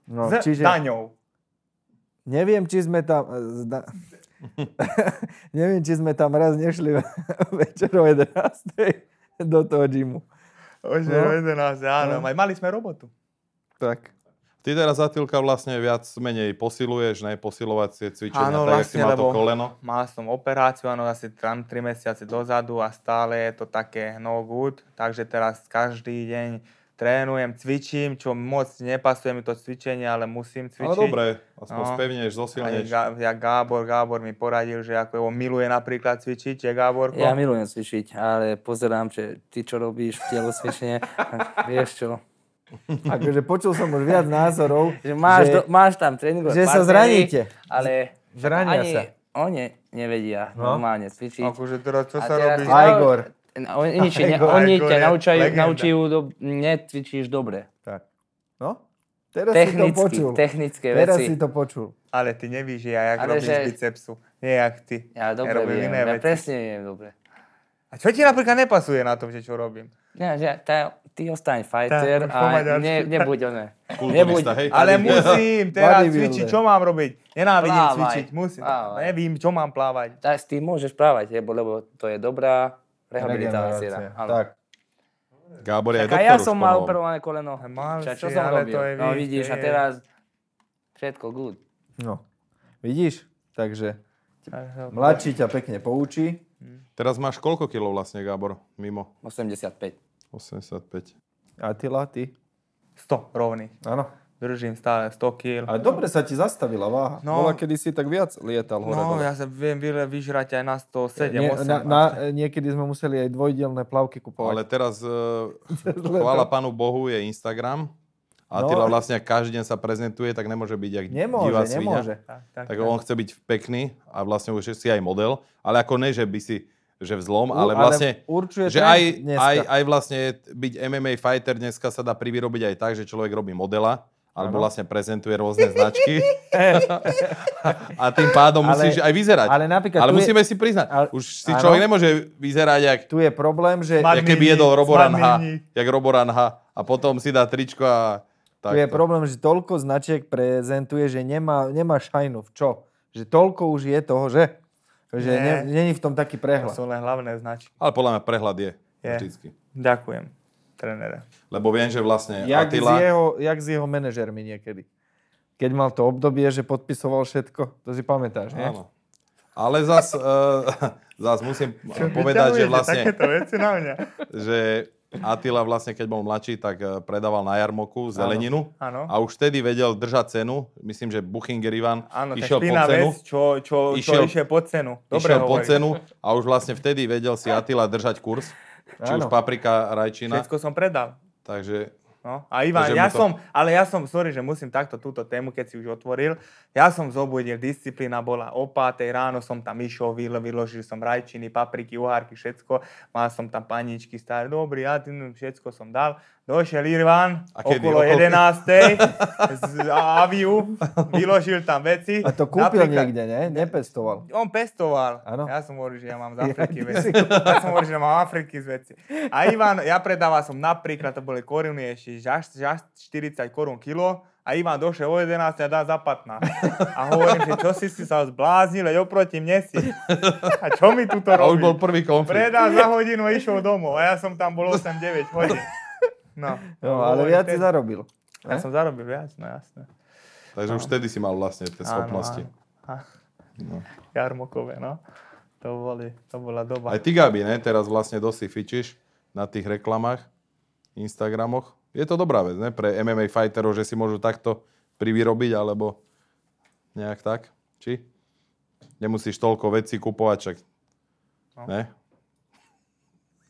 S3: No,
S2: S
S3: čiže...
S2: daňou.
S3: Neviem, či sme tam... e, Zda... Neviem, či sme tam raz nešli večer o 11. do toho gymu.
S2: Ože,
S3: No.
S2: no. nás, áno. Aj mali sme robotu.
S3: Tak.
S1: Ty teraz, Zatilka, vlastne viac menej posiluješ, ne? Posilovacie cvičenia,
S2: Áno,
S1: tak
S2: vlastne,
S1: jak si mal to
S2: lebo-
S1: koleno.
S2: Mal som operáciu, áno, asi tam 3 mesiace dozadu a stále je to také no good. Takže teraz každý deň trénujem, cvičím, čo moc nepasuje mi to cvičenie, ale musím cvičiť.
S1: Ale dobre, aspoň
S2: No.
S1: spevneš,
S2: Aj
S1: zosilneš.
S2: Gá, ja Gábor, Gábor mi poradil, že ako on miluje napríklad cvičiť, je Gáborko.
S4: Ja milujem cvičiť, ale pozerám, že ty čo robíš v telu cvičenie, tak vieš čo.
S3: Akože počul som už viac názorov,
S4: Že máš,
S3: že
S4: do, máš tam tréningové
S3: že sa
S4: partnery,
S3: zraníte.
S4: Ale
S3: Zrania
S4: ani
S3: sa.
S4: oni nevedia
S3: No.
S4: normálne cvičiť.
S2: Akože teraz čo
S4: A
S2: sa
S4: teraz-
S2: robí?
S4: Aj-
S3: Igor.
S4: No, Oni, nič, ne,
S2: Igor.
S4: oni
S2: Igor
S4: ťa
S2: je
S4: naučajú,
S2: legenda.
S4: naučujú, do, netvičíš dobre.
S3: Tak. No, teraz si to
S4: Technicky,
S3: počul.
S4: technické
S3: teraz
S4: veci.
S3: si to počul.
S2: Ale ty nevíš, že ja jak
S4: Ale
S2: robím
S4: že-
S2: z bicepsu. Nie jak ty.
S4: Ja dobre
S2: robím
S4: viem,
S2: iné
S4: ja
S2: veci.
S4: presne viem dobre.
S2: A čo ti napríklad nepasuje na tom, že čo robím?
S4: Ja, že tá, ty ostaň fighter
S2: už po
S4: a
S2: maďarsky.
S4: ne, nebuď oné.
S1: Kulturista, hej?
S2: Ale
S1: Tady-
S2: musím teraz
S3: Bodybuilder.
S2: cvičiť, čo mám robiť? Nenávidím
S4: Plávaj.
S2: cvičiť, musím.
S4: Plávaj.
S2: Nevím, čo mám plávať.
S4: Tá, s tým môžeš plávať, lebo, lebo to je dobrá rehabilitácia. Áno.
S3: Tak.
S1: Gábor je aj
S4: A ja
S1: doktor už
S4: som mal
S1: ponovom.
S4: operované koleno.
S2: A mal
S4: Čo, čo
S2: si,
S4: som
S2: ale
S4: robil?
S2: to je
S4: no
S2: víc,
S4: vidíš, a
S2: je.
S4: teraz všetko good.
S3: No. Vidíš? Takže mladší ťa pekne poučí.
S1: Teraz máš koľko kilov vlastne, Gábor? Mimo
S4: 85.
S1: 85.
S3: Atila, ty.
S2: 100 rovný.
S3: Áno.
S2: Držím stále 100 kg.
S3: Ale dobre sa ti zastavila váha. No.
S2: No.
S3: Bola, kedy si tak viac lietal hore
S2: No,
S3: dole.
S2: ja sa viem vyle- vyžrať aj na 107,
S3: Nie,
S2: 8.
S3: na, na, niekedy sme museli aj dvojdielne plavky kupovať.
S1: Ale teraz, e, chvála Pánu Bohu, je Instagram. A Atila
S3: No.
S1: vlastne každý deň sa prezentuje, tak nemôže byť jak divá
S3: Nemôže,
S1: svinia.
S3: nemôže.
S2: Tak, tak,
S1: Tak on chce byť pekný a vlastne už si aj model, ale ako ne, že by si, že že vzlom,
S3: U-
S1: ale
S3: ale
S1: vlastne,
S3: určuje
S1: že
S3: trend
S1: aj,
S3: dneska.
S1: aj, aj vlastne byť MMA fighter dneska sa dá privyrobiť aj tak, že človek robí modela, alebo
S3: Áno.
S1: vlastne prezentuje rôzne značky a tým pádom
S3: Ale-
S1: musíš aj vyzerať.
S3: ale napríklad
S1: ale
S3: tu je-
S1: musíme si priznať,
S3: ale-
S1: už si
S3: áno.
S1: človek nemôže vyzerať jak,
S3: Tu je problém, že
S2: Smart-
S1: jak keby
S2: Mini,
S1: jedol Roboran H,
S2: Smart Mini.
S1: jak Roboran H a potom si dá tričko a
S3: tu je
S1: tak.
S3: problém, že toľko značiek prezentuje, že nemá, nemá šajnu. V čo? Že toľko už je toho, že? Že ne,
S2: Nie.
S3: není v tom taký
S2: To
S3: prehľad.
S2: sú len hlavné značky.
S1: Ale podľa mňa prehľad je,
S2: Je.
S1: vždycky.
S2: Ďakujem, trenére.
S1: Lebo viem, že vlastne
S3: Jak s,
S1: Attila...
S3: jeho, jak s jeho manažermi niekedy. Keď mal to obdobie, že podpisoval všetko. To si pamätáš, nie?
S1: Áno. Ale zas, uh, zas musím povedať, že
S2: Vyťahujete
S1: vlastne,
S2: Takéto veci no, na mňa.
S1: že Attila vlastne, keď bol mladší, tak eh, predával na jarmoku zeleninu.
S2: Áno.
S1: A už vtedy vedel držať cenu. Myslím, že Buchinger Ivan
S2: Áno, tá
S1: išiel po
S2: špina
S1: cenu.
S2: vec, čo, čo,
S1: Išiel-
S2: čo išiel po cenu. Dobre
S1: išiel po
S2: hovoríš.
S1: cenu a už vlastne vtedy vedel si Attila držať kurz. Či už
S3: Áno.
S1: paprika, rajčina.
S2: Všetko som predal.
S1: Takže
S2: No, a Ivan,
S1: Takže mu
S2: ja
S1: to-
S2: som, ale ja som, sorry, že musím takto túto tému, keď si už otvoril, ja som zobudil, disciplína bola o 5 ráno, som tam išiel, vyl- vyložil som rajčiny, papriky, uhárky, všetko, mal som tam paničky staré, dobrý, ja tým všetko som dal. Došiel Irvan
S1: A kedy? Okolo-
S2: okolo 11. z Aviu, vyložil tam veci.
S3: A to kúpil
S2: Napríklad-
S3: niekde, nie? Nepestoval.
S2: on pestoval.
S3: Áno.
S2: Ja som hovoril, že ja mám z Afriky veci. Ja som hovoril, že mám Afriky z veci. A Ivan, ja predával som napríklad, to boli koruny ešte, že až, že až 40 korún kilo. A Ivan došiel o 11 a dá za 15. A hovorím, že čo si si sa zbláznil, leď oproti mne si. A čo mi tu
S1: a
S2: to
S1: už
S2: robí?
S1: bol prvý konflikt.
S2: Predal za hodinu a išiel domov. A ja som tam bol 8-9 hodín. No,
S3: No, ale viac si
S2: zarobil.
S3: zarobil.
S2: Ja som zarobil viac, no jasné.
S1: Takže už vtedy si mal vlastne tie schopnosti.
S2: Áno, áno.
S1: No.
S2: Jarmokové, no. To, boli, to bola doba.
S1: Aj ty, Gabi, ne? teraz vlastne dosť si fičíš na tých reklamách, Instagramoch. Je to dobrá vec, ne? Pre MMA fighterov, že si môžu takto privyrobiť, alebo nejak tak, či? Nemusíš toľko vecí kupovať, čak...
S2: No.
S1: Ne?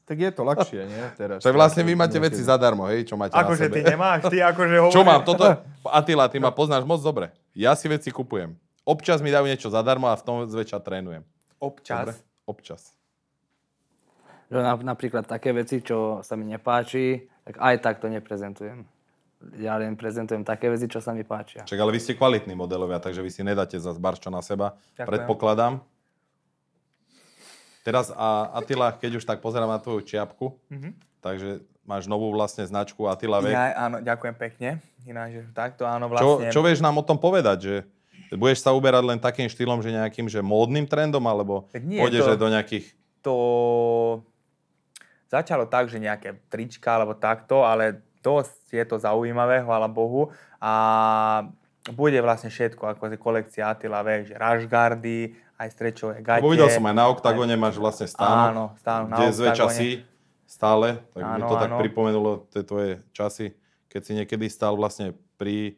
S3: Tak je to ľahšie, nie? Teraz.
S1: Čak vlastne vy máte veci zadarmo, hej? Čo máte na
S2: Akože ty No.
S1: sebe.
S2: nemáš, ty akože hovoríš.
S1: Čo mám? Toto... Atila, ty ma poznáš moc dobre. Ja si veci kupujem. Občas mi dajú niečo zadarmo a v tom zväčša trénujem. Dobre?
S2: Občas.
S1: Občas.
S4: Že na- napríklad také veci, čo sa mi nepáči, tak aj tak to neprezentujem. Ja len prezentujem také veci, čo sa mi páčia.
S1: Čak, ale vy ste kvalitní modelovia, takže vy si nedáte za barčo na seba.
S2: Ďakujem.
S1: Predpokladám. Teraz a Atila, keď už tak pozerám na tvoju čiapku, takže máš novú vlastne značku Atila Vek.
S2: Mhm. Ja, áno, ďakujem pekne. Ináč, že takto
S1: Čo,
S2: áno, vlastne.
S1: čo vieš nám o tom povedať, že budeš sa uberať len takým štýlom, že nejakým že módnym trendom, alebo
S2: Tak nie,
S1: pôjdeš
S2: to-
S1: že do nejakých...
S2: to začalo tak, že nejaké trička alebo takto, ale dosť je to zaujímavé, hvala Bohu. A bude vlastne všetko, ako je kolekcia Attila Vek, že ražgardy, aj strečové gate.
S1: Lebo videl som aj na oktagóne, máš vlastne stánok,
S2: Áno, stánok na
S1: kde zväčša
S2: Oktagóne.
S1: si stále, tak mi
S2: Áno,
S1: to tak
S2: áno.
S1: pripomenulo tie tvoje časy, keď si niekedy stál vlastne pri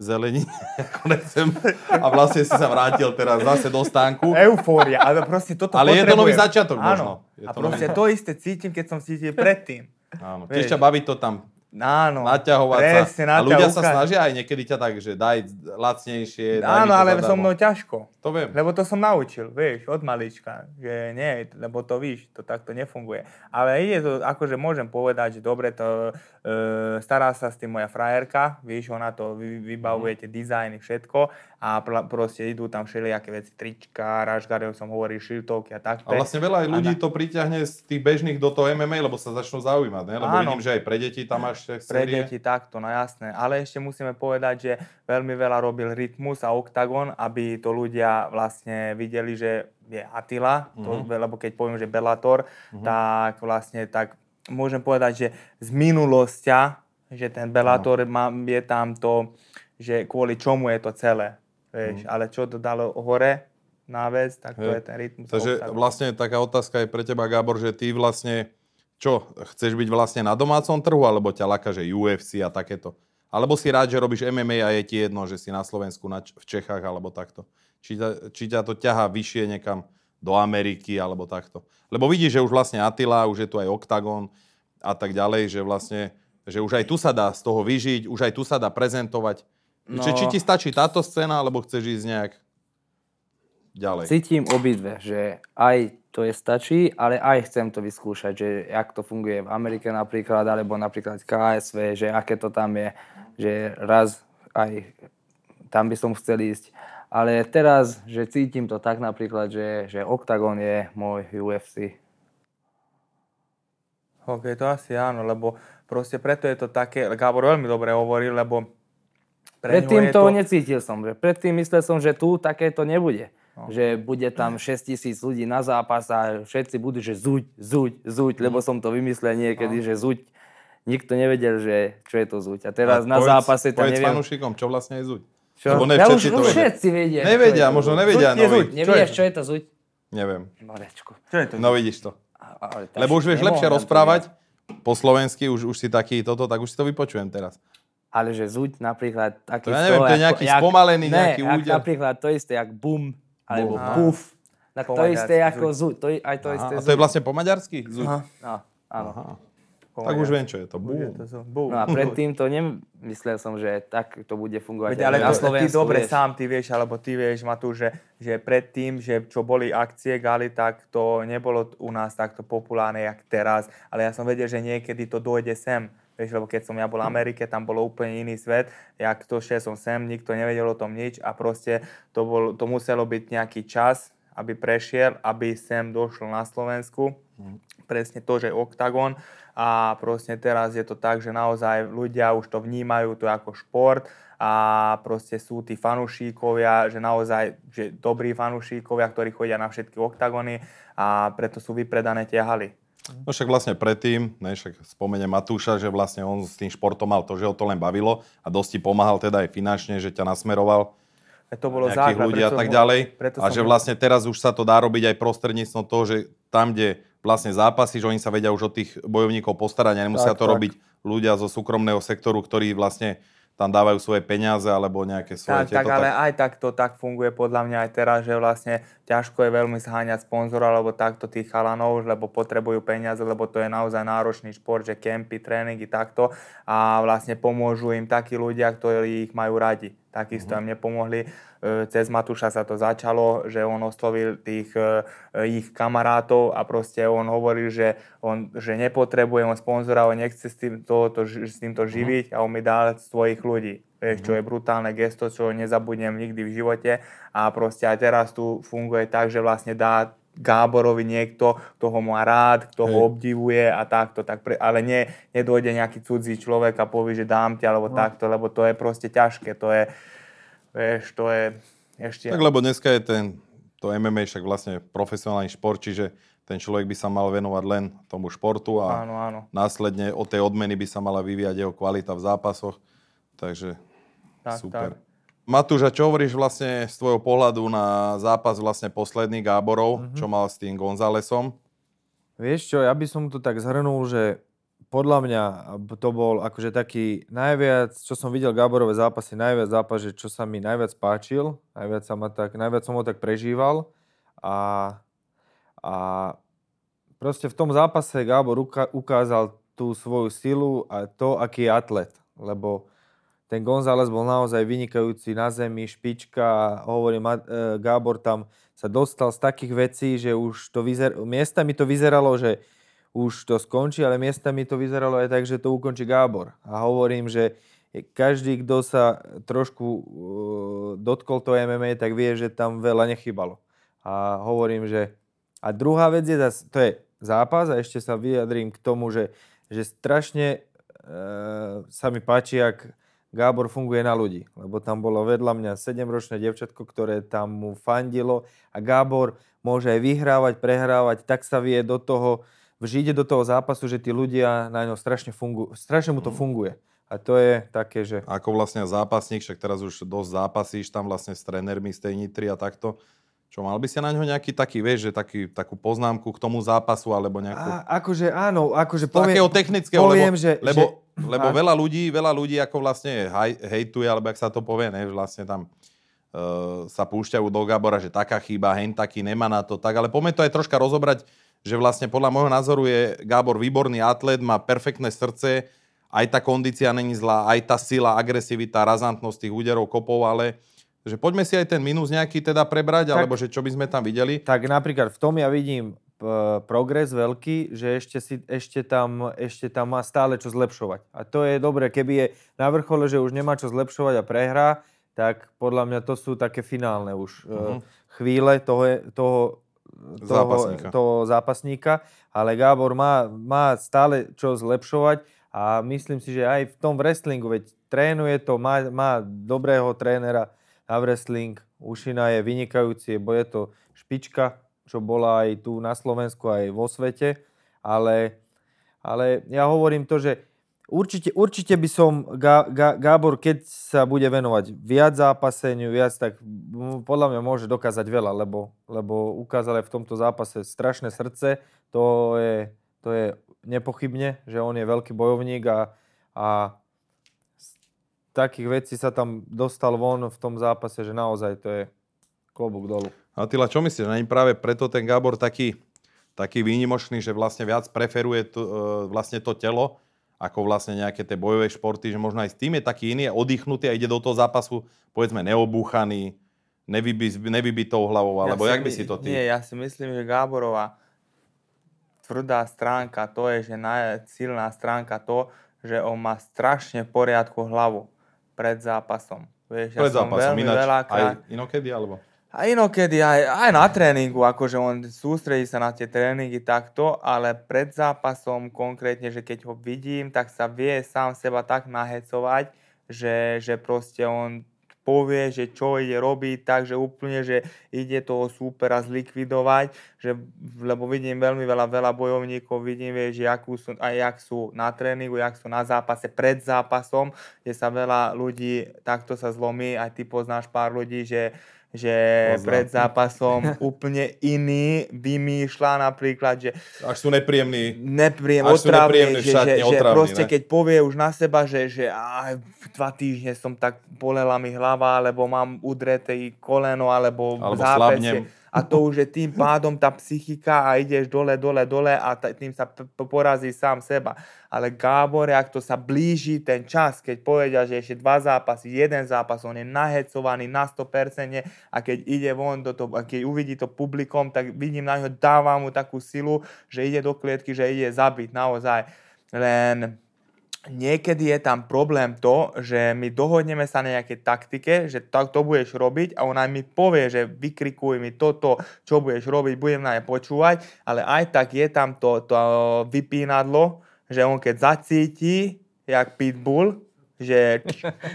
S1: zelení, ako nechcem, a vlastne si sa vrátil teraz zase do stánku.
S2: E, Eufória, ale proste toto
S1: Ale je to
S2: potrebujem.
S1: nový začiatok možno.
S2: Áno.
S1: Je
S2: a
S1: to
S2: proste
S1: nový-
S2: to isté cítim, keď som cítil predtým.
S1: Áno,
S2: vieš.
S1: tiež ťa baví to tam
S2: Áno.
S1: naťahovať
S2: presne,
S1: sa. A ľudia sa
S2: naťahúkať.
S1: snažia aj niekedy ťa tak, že daj lacnejšie, daj mi
S2: Áno,
S1: to
S2: ale
S1: zadarmo.
S2: so mnou ťažko.
S1: To viem.
S2: Lebo to som naučil, vieš, od malička, že nie, lebo to víš, to takto nefunguje. Ale je to, akože môžem povedať, že dobre, to e, stará sa s tým moja frajerka, vieš, ona to vy, vybavuje, tie dizajny, všetko a pla, proste idú tam všelijaké veci, trička, ražgary, som hovoril, šiltovky a tak.
S1: A vlastne veľa aj ľudí to priťahne z tých bežných do toho MMA, lebo sa začnú zaujímať, ne? Lebo
S2: Áno.
S1: vidím, že aj pre deti tam máš tie
S2: Pre
S1: série.
S2: deti takto, no jasné. Ale ešte musíme povedať, že veľmi veľa robil Rytmus a Octagon, aby to ľudia vlastne videli, že je Attila, to,
S1: Mhm.
S2: lebo keď poviem, že Bellator, tak vlastne tak môžem povedať, že z minulosťa, že ten Bellator má, je tam to, že kvôli čomu je to celé. Vieš, ale čo to dalo hore na vec, tak to
S1: Mhm. Hej.
S2: je ten rytmus.
S1: Takže
S2: Octagon.
S1: vlastne taká otázka je pre teba, Gábor, že ty vlastne, čo, chceš byť vlastne na domácom trhu, alebo ťa laka, že UFC a takéto? Alebo si rád, že robíš MMA a je ti jedno, že si na Slovensku, na, Č- v Čechách alebo takto? Či ťa, či ťa to ťahá vyššie niekam do Ameriky alebo takto? Lebo vidíš, že už vlastne Attila, už je tu aj Octagon a tak ďalej, že vlastne, že už aj tu sa dá z toho vyžiť, už aj tu sa dá prezentovať. No. Či, či ti stačí táto scéna, alebo chceš ísť nejak ďalej?
S4: Cítim obidve, že aj to je stačí, ale aj chcem to vyskúšať, že jak to funguje v Amerike napríklad, alebo napríklad KSV, že aké to tam je, že raz aj tam by som chcel ísť. Ale teraz, že cítim to tak napríklad, že, že Octagon je môj UFC.
S2: OK, to asi áno, lebo proste preto je to také, Gábor veľmi dobre hovorí, lebo pre ňo
S4: Predtým
S2: je
S4: to,
S2: to...
S4: necítil som. Že predtým myslel som, že tu takéto nebude.
S1: No.
S4: Že bude tam 6 tisíc ľudí na zápas a všetci budú, že zuď, zuď, zuď,
S1: Mhm.
S4: lebo som to vymyslel
S1: No.
S4: niekedy, že zuď. Nikto nevedel, že čo je to zuď. A teraz na
S1: povedz-
S4: zápase tam
S1: povedz
S4: neviem.
S1: fanúšikom, čo vlastne je zuď.
S4: Čo?
S1: Lebo ne
S4: ja
S1: všetci
S4: už,
S1: to
S4: už
S1: vedia.
S4: všetci vedia. čo
S1: Nevedia,
S4: je to
S1: možno
S4: zuď.
S1: nevedia no
S2: Zuď je zuď.
S1: noví.
S4: Nevieš, čo je to zuď?
S1: Neviem.
S4: Norečku.
S2: Čo je to?
S1: No vidíš to.
S4: Ale tak
S1: Lebo už vieš
S4: nemohol
S1: lepšie
S4: nám to
S1: rozprávať po slovensky, už, už si taký toto, tak už si to vypočujem teraz.
S4: Ale že zuď napríklad taký...
S1: To ja neviem, to je nejaký spomalený nejaký
S4: ne, jak
S1: úder.
S4: napríklad to isté, jak bum, alebo
S1: Bum.
S4: puf. Tak to
S2: Pomaďarsky
S4: isté ako zuď. To, je- aj to isté
S1: Aha, a to
S4: zuď.
S1: je vlastne po maďarsky? Zuď.
S2: Aha.
S4: No, áno.
S1: Aha.
S2: Pomaďarsky.
S1: Tak už viem, čo je to. Bú.
S2: Je to zo- bú.
S4: No a predtým to nemyslel som, že tak to bude fungovať
S2: Veď, ale
S4: aj na
S2: to, ty
S4: Slovensku.
S2: dobre
S4: vieš.
S2: sám ty vieš, alebo ty vieš, Matúš, že, že predtým, že čo boli akcie Gali, tak to nebolo t- u nás takto populárne, jak teraz. Ale ja som vedel, že niekedy to dojde sem. Vieš, lebo keď som ja bol v Amerike, tam bolo úplne iný svet. Jak to šiel som sem, nikto nevedel o tom nič a proste to, bol, to muselo byť nejaký čas, aby prešiel, aby sem došlo na Slovensku.
S1: Mhm.
S2: Presne to, že OKTAGON a proste teraz je to tak, že naozaj ľudia už to vnímajú to ako šport a proste sú tí fanúšíkovia, že naozaj že dobrí fanúšíkovia, ktorí chodia na všetky oktagony a preto sú vypredané tie haly.
S1: No však vlastne predtým, ne, však spomeniem Matúša, že vlastne on s tým športom mal to, že ho to len bavilo a dosť ti pomáhal teda aj finančne, že ťa nasmeroval
S2: E, To bolo
S1: nejakých
S2: základ.
S1: ľudí a
S2: preto som
S1: tak
S2: ho-
S1: ďalej.
S2: preto
S1: A
S2: som
S1: že
S2: ho-
S1: vlastne teraz už sa to dá robiť aj prostredníctvom toho, že tam, kde vlastne zápasíš, oni sa vedia už o tých bojovníkov postarať a nemusia to
S3: Tak, tak.
S1: robiť ľudia zo súkromného sektoru, ktorí vlastne tam dávajú svoje peniaze alebo nejaké
S2: Tak,
S1: svoje
S2: tak,
S1: tieto,
S2: ale aj tak to tak funguje podľa mňa aj teraz, že vlastne ťažko je veľmi zháňať sponzora alebo takto tých chalanov, lebo potrebujú peniaze, lebo to je naozaj náročný šport, že kempy, tréningy, takto a vlastne pomôžu im takí ľudia, ktorí ich majú radi. Takisto im nepomohli. E, Cez Matúša sa to začalo, že on oslovil tých e, e, ich kamarátov a proste on hovoril, že, on, že nepotrebuje on sponzora, on nechce s, tým, to, to, ži- s týmto živiť a on mi dal svojich ľudí. Vieš, čo je brutálne gesto, čo nezabudnem nikdy v živote. A proste aj teraz tu funguje tak, že vlastne dá Gáborovi niekto, kto ho má rád, kto ho
S1: Hej.
S2: obdivuje a takto. Tak pre, ale nie, nedojde nejaký cudzí človek a povie, že dám ti alebo no. takto, lebo to je proste ťažké. To je, vieš, to je ešte...
S1: Tak lebo dneska je ten, to MMA však vlastne profesionálny šport, čiže ten človek by sa mal venovať len tomu športu a
S2: Áno, áno.
S1: následne od tej odmeny by sa mala vyvíjať jeho kvalita v zápasoch. Takže
S2: Tak,
S1: super.
S2: tak.
S1: Matúš, a čo hovoríš vlastne z tvojho pohľadu na zápas vlastne posledný Gáborov,
S2: Mhm.
S1: čo mal s tým Gonzálesom?
S3: Vieš čo, ja by som to tak zhrnul, že podľa mňa b- to bol akože taký najviac, čo som videl Gáborové zápasy, najviac zápas, že čo sa mi najviac páčil, najviac, sa ma tak, najviac som ho tak prežíval a, a proste v tom zápase Gábor uka- ukázal tú svoju silu a to, aký je atlet, lebo ten González bol naozaj vynikajúci na zemi, špička, hovorím, Ma- e, Gábor tam sa dostal z takých vecí, že už to vyzer... miestami to vyzeralo, že už to skončí, ale miestami to vyzeralo aj tak, že to ukončí Gábor. A hovorím, že každý, kto sa trošku uh, dotkol to MMA, tak vie, že tam veľa nechybalo. A hovorím, že... A druhá vec je, zas, to je zápas a ešte sa vyjadrím k tomu, že, že strašne uh, sa mi páči, ak Gábor funguje na ľudí. Lebo tam bolo vedľa mňa 7-ročné devčatko, ktoré tam mu fandilo a Gábor môže aj vyhrávať, prehrávať, tak sa vie do toho, vžije do toho zápasu, že tí ľudia na ňo strašne fungujú, strašne mu to funguje. A to je také, že
S1: Ako vlastne zápasník, však teraz už dosť zápasíš tam vlastne s trénermi z tej Nitry a takto. Čo, mal by si na ňo nejaký taký, vieš, že taký, takú poznámku k tomu zápasu alebo nejakú...
S3: a, akože áno, akože poviem,
S1: takého technického,
S3: poviem,
S1: lebo,
S3: že,
S1: lebo,
S3: že
S1: lebo
S3: a-
S1: veľa ľudí, veľa ľudí ako vlastne haj- hejtuje, alebo ak sa to povie, ne, že vlastne tam e, sa púšťajú do Gábora, že taká chyba, hen taký nemá na to, tak, ale poďme to aj troška rozobrať, že vlastne podľa môjho názoru je Gábor výborný atlet, má perfektné srdce, aj tá kondícia není zlá, aj tá sila, agresivita, razantnosť tých úderov, kopov, ale že poďme si aj ten minus nejaký teda prebrať, alebo že čo by sme tam videli.
S3: Tak napríklad v tom ja vidím p- progres veľký, že ešte, si, ešte, tam, ešte tam má stále čo zlepšovať. A to je dobré, keby je na vrchole, že už nemá čo zlepšovať a prehrá, tak podľa mňa to sú také finálne už uh-huh. chvíle toho, je- toho, toho,
S1: Zápasníka.
S3: toho zápasníka. Ale Gábor má, má stále čo zlepšovať a myslím si, že aj v tom wrestlingu, veď trénuje to, má, má dobrého trénera na wrestling. Ušina je vynikajúci, bo je to špička, čo bola aj tu na Slovensku, aj vo svete. Ale, ale ja hovorím to, že určite, určite by som Gá, Gá, Gábor, keď sa bude venovať viac zápaseniu, viac, tak m- podľa mňa môže dokázať veľa, lebo, lebo ukázal aj v tomto zápase strašné srdce. To je, to je nepochybne, že on je veľký bojovník a, a takých vecí sa tam dostal von v tom zápase, že naozaj to je klobúk dolu.
S1: Atila, čo myslíš? Není práve preto ten Gábor taký, taký výnimočný, že vlastne viac preferuje to, e, vlastne to telo, ako vlastne nejaké tie bojové športy, že možno aj s tým je taký iný, je oddychnutý a ide do toho zápasu, povedzme, neobúchaný, nevybi, nevybitou hlavou, alebo
S2: si
S1: jak by
S2: my-
S1: si to ty...
S2: Nie, ja si myslím, že Gáborová tvrdá stránka, to je, že najsilná stránka to, že on má strašne v poriadku hlavu pred zápasom. Vieš,
S1: Pred
S2: ja som
S1: zápasom,
S2: veľmi
S1: ináč, aj
S2: veľakrát,
S1: inokedy, alebo...
S2: A inokedy aj, aj na tréningu, akože on sústredí sa na tie tréningy takto, ale pred zápasom konkrétne, že keď ho vidím, tak sa vie sám seba tak nahecovať, že, že proste on povie, že čo ide robiť, takže úplne, že ide toho súpera zlikvidovať, že, lebo vidím veľmi veľa, veľa bojovníkov, vidím, vieš, že akú sú, a jak sú na tréningu, jak sú na zápase, pred zápasom, kde sa veľa ľudí takto sa zlomí, aj ty poznáš pár ľudí, že že
S1: Poznám.
S2: pred zápasom úplne iný vymýšľa napríklad, že
S1: Až sú nepríjemní.
S2: nepríjem,
S1: Až sú nepríjemní
S2: otravný, že,
S1: v šatni,
S2: že, že
S1: otravní,
S2: proste
S1: ne?
S2: keď povie už na seba, že, že aj dva týždne som tak bolela mi hlava, alebo mám udreté koleno, alebo,
S1: Alebo slabnem.
S2: zápäsie. A to už je tým pádom tá psychika a ideš dole, dole, dole a t- tým sa p- p- porazí sám seba. Ale Gábor, ak to sa blíži ten čas, keď povedia, že ešte dva zápasy, jeden zápas, on je nahecovaný na 100% a keď ide von, do to, a keď uvidí to publikom, tak vidím na ňo, dáva mu takú silu, že ide do klietky, že ide zabiť naozaj. Len niekedy je tam problém to, že my dohodneme sa na nejakej taktike, že tak to budeš robiť a ona mi povie, že vykrikuj mi toto, čo budeš robiť, budem na ne počúvať, ale aj tak je tam to, to vypínadlo, že on keď zacíti, jak pitbull, že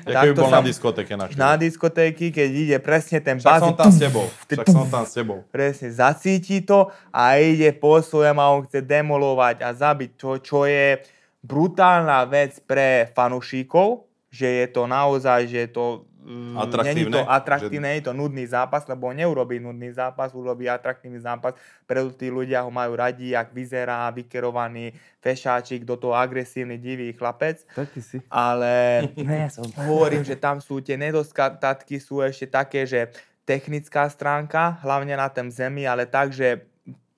S1: Jaký by
S2: takto
S1: bol na
S2: sa-
S1: diskotéke na
S2: na
S1: chvíľu.
S2: diskotéky, keď ide presne ten
S1: Však som
S2: bazin,
S1: tam s tebou. Však som tam s tebou.
S2: presne zacíti to a ide po svojom a on chce demolovať a zabiť to, čo je brutálna vec pre fanúšikov, že je to naozaj, že je to mm, není
S1: Atraktívne,
S2: to atraktívne,
S1: že-
S2: že... je to nudný zápas, lebo on neurobí nudný zápas, urobí atraktívny zápas, preto tí ľudia ho majú radi, jak vyzerá, vykerovaný fešáčik, do toho agresívny, divý chlapec,
S5: Taký si.
S2: ale
S4: Ne, som...
S2: hovorím, že tam sú tie nedostatky, sú ešte také, že technická stránka, hlavne na tom zemi, ale tak, že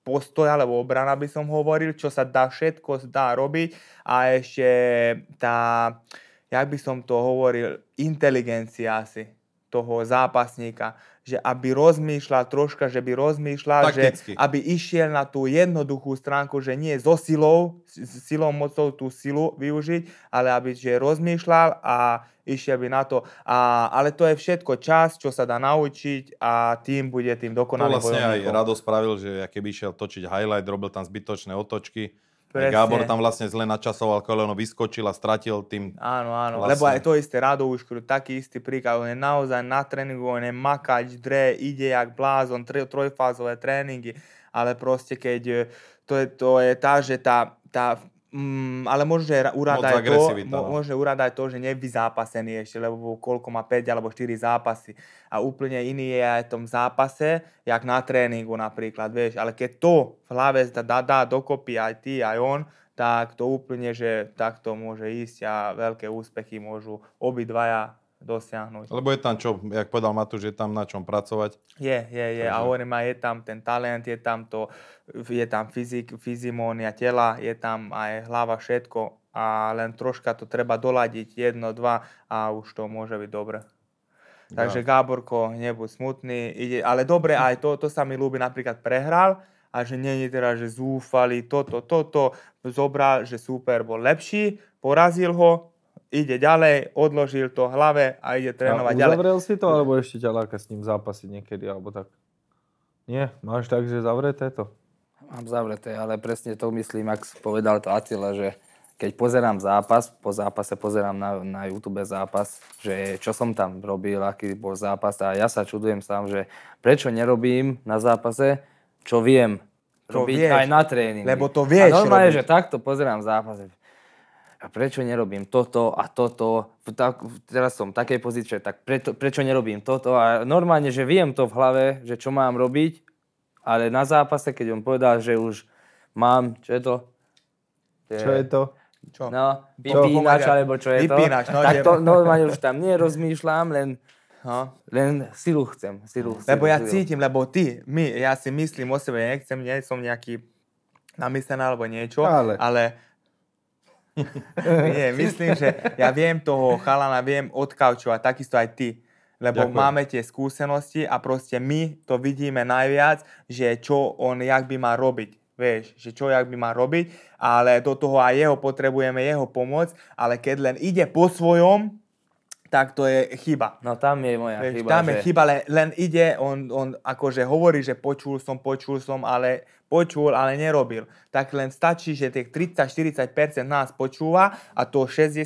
S2: postoj alebo obrana by som hovoril, čo sa dá všetko dá robiť a ešte tá, jak by som to hovoril, inteligencia asi toho zápasníka, že aby rozmýšľal troška, že by rozmýšľal,
S1: Takticky.
S2: že aby išiel na tú jednoduchú stránku, že nie so silou, s- s silou, mocou tú silu využiť, ale aby že rozmýšľal a išiel by na to. A, ale to je všetko čas, čo sa dá naučiť a tým bude tým
S1: To
S2: dokonalým
S1: vlastne aj
S2: bojovníkom.
S1: Rado spravil, že ja keby išiel točiť highlight, robil tam zbytočné otočky. Presne.
S2: Presne.
S1: Gábor tam vlastne zle načasoval koleno, vyskočil a stratil tým.
S2: Áno, áno.
S1: Vlastne.
S2: Lebo aj to isté Rado Uškru, taký istý príklad. On je naozaj na tréningu, on je makač, dre, ide jak blázon, tre, trojfázové tréningy. Ale proste keď... e, To je, to je tá, že tá, tá Mm, ale môže
S1: Moc
S2: uradať to,
S1: agresivita,
S2: mo-
S1: no.
S2: môže uradať to, že nevyzápasený ešte, lebo koľko má 5 alebo 4 zápasy. A úplne iný je aj v tom zápase, jak na tréningu napríklad, vieš. Ale keď to v hlave dá, dá, dá dokopy aj ty, aj on, tak to úplne, že takto môže ísť a veľké úspechy môžu obidvaja dosiahnuť.
S1: Lebo je tam čo, jak povedal Matúš, je tam na čom pracovať.
S2: Je, je, je. A hovorím aj, je tam ten talent, je tam to, je tam fyzik, fyzimónia tela, je tam aj hlava, všetko. A len troška to treba doladiť, jedno, dva a už to môže byť dobre. Takže Gáborko, nebuď smutný. Ide, ale dobre, aj to, to sa mi ľúbi, napríklad prehral a že není teraz, že zúfali, toto, toto, zobral, že super bol lepší, porazil ho, ide ďalej, odložil to hlave a ide trénovať
S6: a
S2: ďalej.
S6: uzavrel si to, alebo ešte ťa láka s ním zápasiť niekedy, alebo tak? Nie, máš tak, že zavreté to.
S4: Mám zavreté, ale presne to myslím, ak povedal to Atila, že keď pozerám zápas, po zápase pozerám na, na YouTube zápas, že čo som tam robil, aký bol zápas a ja sa čudujem sám, že prečo nerobím na zápase, čo viem
S2: Čo
S4: robiť
S2: vieš,
S4: aj na tréningu.
S2: lebo to vieš
S4: A normálne,
S2: robiť.
S4: že takto pozerám zápas. že A prečo nerobím toto a toto? V tak, v- teraz som v takej pozícii, tak preto, prečo nerobím toto? A normálne, že viem to v hlave, že čo mám robiť, ale na zápase, keď on povedal, že už mám, čo je to?
S6: Čo je to?
S2: Čo?
S4: No, vypínač,
S2: Pomaga-
S4: alebo čo je to?
S2: vypínač, no,
S4: tak
S2: že-
S4: to normálne už tam nerozmýšľam, len,
S2: No.
S4: len silu chcem. Silu, silu,
S2: Lebo ja
S4: silu.
S2: cítim, lebo ty, my, ja si myslím o sebe, nechcem, nie som nejaký namyslený alebo niečo,
S6: Ale.
S2: ale... ale nie, myslím, že ja viem toho chalana, viem odkaučovať, takisto aj ty. Lebo Ďakujem.
S1: Ďakujem.
S2: máme tie skúsenosti a proste my to vidíme najviac, že čo on, jak by mal robiť. Vieš, že čo, jak by mal robiť, ale do toho aj jeho potrebujeme, jeho pomoc, ale keď len ide po svojom, tak to je chyba.
S4: No tam je moja
S2: Vieš,
S4: chyba.
S2: tam je
S4: že-
S2: chyba, len, len ide, on, on akože hovorí, že počul som, počul som, ale počul, ale nerobil. Tak len stačí, že tých 30-40% nás počúva a to 60%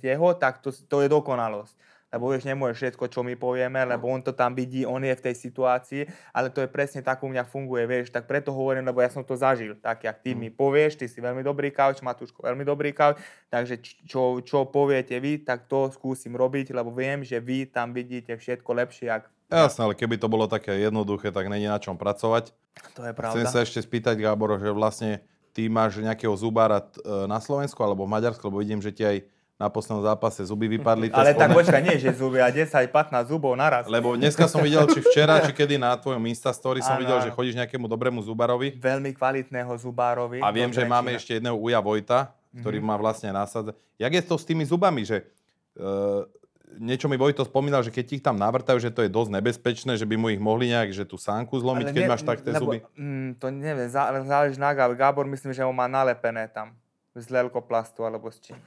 S2: jeho, tak to, to je dokonalosť. Lebo vieš, nemôže všetko, čo my povieme, lebo on to tam vidí, on je v tej situácii, ale to je presne tak u mňa funguje, vieš, tak preto hovorím, lebo ja som to zažil. Tak, jak ty
S1: Mm.
S2: mi povieš, ty si veľmi dobrý kauč, Matúško, veľmi dobrý kauč, takže č- čo, čo poviete vy, tak to skúsim robiť, lebo viem, že vy tam vidíte všetko lepšie, ak
S1: Jasné, ale keby to bolo také jednoduché, tak není na čom pracovať.
S2: to je
S1: Chcem
S2: pravda.
S1: sa ešte spýtať, Gábor, že vlastne ty máš nejakého zubára t- e, na Slovensku alebo v Maďarsku, lebo vidím, že ti aj na poslednom zápase zuby vypadli. to
S2: Mhm. Ale
S1: je
S2: tak
S1: spomen-
S2: počkaj, nie, že zuby a 10-15 zubov naraz. Le-
S1: Lebo dneska som videl, či včera, či kedy na tvojom Instastory som
S2: Áno,
S1: videl, že
S2: áno.
S1: chodíš nejakému dobrému zubarovi.
S2: veľmi kvalitného zubárovi.
S1: A viem,
S2: do
S1: že máme
S2: Trenčína.
S1: ešte jedného Uja Vojta, ktorý
S2: Mhm.
S1: má vlastne násadza. Jak je to s tými zubami, že e, niečo mi Vojto spomínal, že keď ti ich tam navrtajú, že to je dosť nebezpečné, že by mu ich mohli nejak, že tú sánku zlomiť,
S2: Ale
S1: keď
S2: ne-
S1: máš tak tie
S2: lebo,
S1: zuby.
S2: Mm, to neviem, zá, záleží na Gábor. Gábor myslím, že ho má nalepené tam. Z lelkoplastu alebo s čím.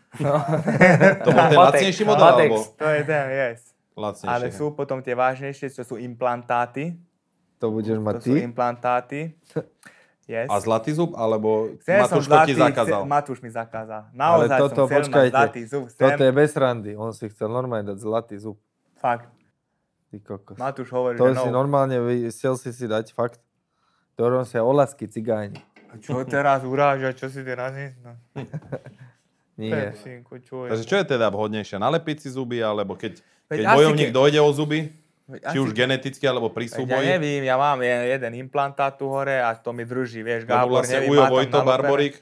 S1: To bol ten
S4: Latex,
S1: lacnejší model,
S4: latex.
S1: alebo
S2: To je ten, yes.
S1: lacnejší.
S2: Ale
S1: hej.
S2: sú potom tie vážnejšie, čo sú implantáty.
S6: To budeš mať
S2: To
S6: ty?
S2: sú implantáty. Yes.
S1: A zlatý zub, alebo
S2: Chcel som
S1: Matúško ti
S2: zlatý,
S1: zakázal?
S2: chce- Matúš mi zakázal.
S6: Ale
S2: Naozaj
S6: toto,
S2: som chcel mať
S6: počkajte,
S2: zlatý zub. Chcem,
S6: toto je bez randy. On si chcel normálne dať zlatý zub.
S2: Fakt.
S6: Ty kokos.
S2: Matúš hovorí,
S6: To
S2: že no.
S6: si normálne, vy- chcel si si dať fakt. To sa olasky cigáni.
S2: Čo teraz uráža, čo si teraz no.
S6: Nie.
S2: Pepsinku, čo je?
S1: Takže čo je teda vhodnejšie? Nalepiť si zuby, alebo keď,
S2: Veď
S1: keď
S2: asi
S1: bojovník
S2: ke-
S1: dojde o zuby?
S2: Veď
S1: Či
S2: asi-
S1: už geneticky, alebo pri
S2: Veď Ja
S1: súboji?
S2: nevím, ja mám je- jeden implantát tu hore a to mi drží, vieš,
S1: Lebo
S2: Gábor,
S1: vlastne
S2: neviem,
S1: Ujo
S2: má tam
S1: Vojto
S2: nalopené.
S1: Barborík,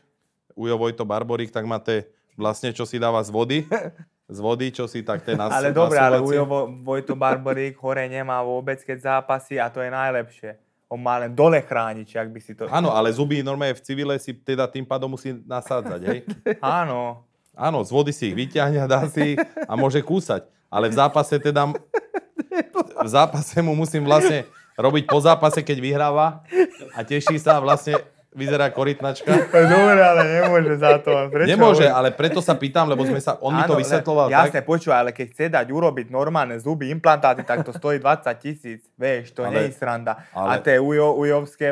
S1: Ujo Vojto Barborík, tak má tie vlastne, čo si dáva z vody. Z vody, čo si tak tie nas,
S2: Ale dobre, ale
S1: nasúvacie.
S2: Ujo Vo- Vojto Barborík hore nemá vôbec, keď zápasí a to je najlepšie. On má len dole chránič, ak by si to...
S1: Áno, ale zuby normálne v civile si teda tým pádom musí nasádzať, hej?
S2: Áno.
S1: Áno, z vody si ich vyťahne, dá si ich a môže kúsať. Ale v zápase teda... V zápase mu musím vlastne robiť po zápase, keď vyhráva a teší sa a vlastne vyzerá korytnačka.
S2: Dobre, ale nemôže za to. Prečo
S1: Nemôže, ale preto sa pýtam, lebo sme sa, on mi to
S2: Áno, le-
S1: vysvetloval
S2: Jasne,
S1: tak,
S2: počúvaj, ale keď chce dať urobiť normálne zuby, implantáty, tak to stojí 20 tisíc. Vieš, to nie
S1: Ale-
S2: je sranda. a
S1: ale-
S2: tie ujo, ujovské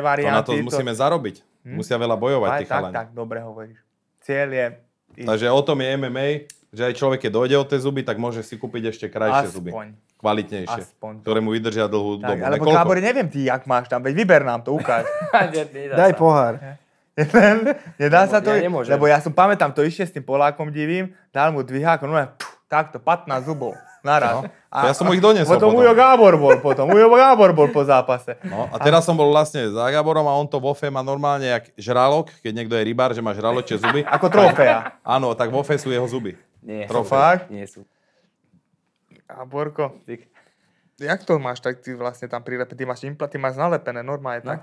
S1: to na to
S2: varianty...
S1: musíme zarobiť. Musia veľa bojovať
S2: Hm? Aj,
S1: tí
S2: tak,
S1: chalani.
S2: tak, dobre hovoríš. Cieľ je... ísť
S1: Takže o tom je MMA, že aj človek, keď dojde o tie zuby, tak môže si kúpiť ešte krajšie zuby.
S2: Aspoň.
S1: Kvalitnejšie.
S2: Aspoň.
S1: Ktoré mu vydržia dlhú
S2: Tak,
S1: dobu.
S2: alebo
S1: Nekoľko?
S2: Gábor, neviem ty, jak máš tam, veď vyber nám to, ukáž.
S6: Daj pohár.
S2: Nedá sa to,
S4: ja nemôžem.
S2: lebo ja som pamätám, to išiel s tým Polákom divým, dal mu dvihák, no je, pff, takto, 15 zubov, naraz.
S1: No, to ja som mu ich donesol
S2: potom.
S1: potom.
S2: Ujo Gábor bol potom, Ujo Gábor bol po zápase.
S1: No, a teraz som bol vlastne za Gaborom a on to vo fe má normálne jak žralok, keď niekto je rybár, že má žraločie zuby.
S2: Ako trofea.
S1: Áno, tak vo fe sú jeho zuby.
S4: Nie,
S1: Trofej.
S2: Fakt?
S4: nie sú.
S2: Gáborko,
S4: Tyk.
S2: jak to máš, tak ty vlastne tam prilepené, ty máš impla, ty máš nalepené normálne, tak?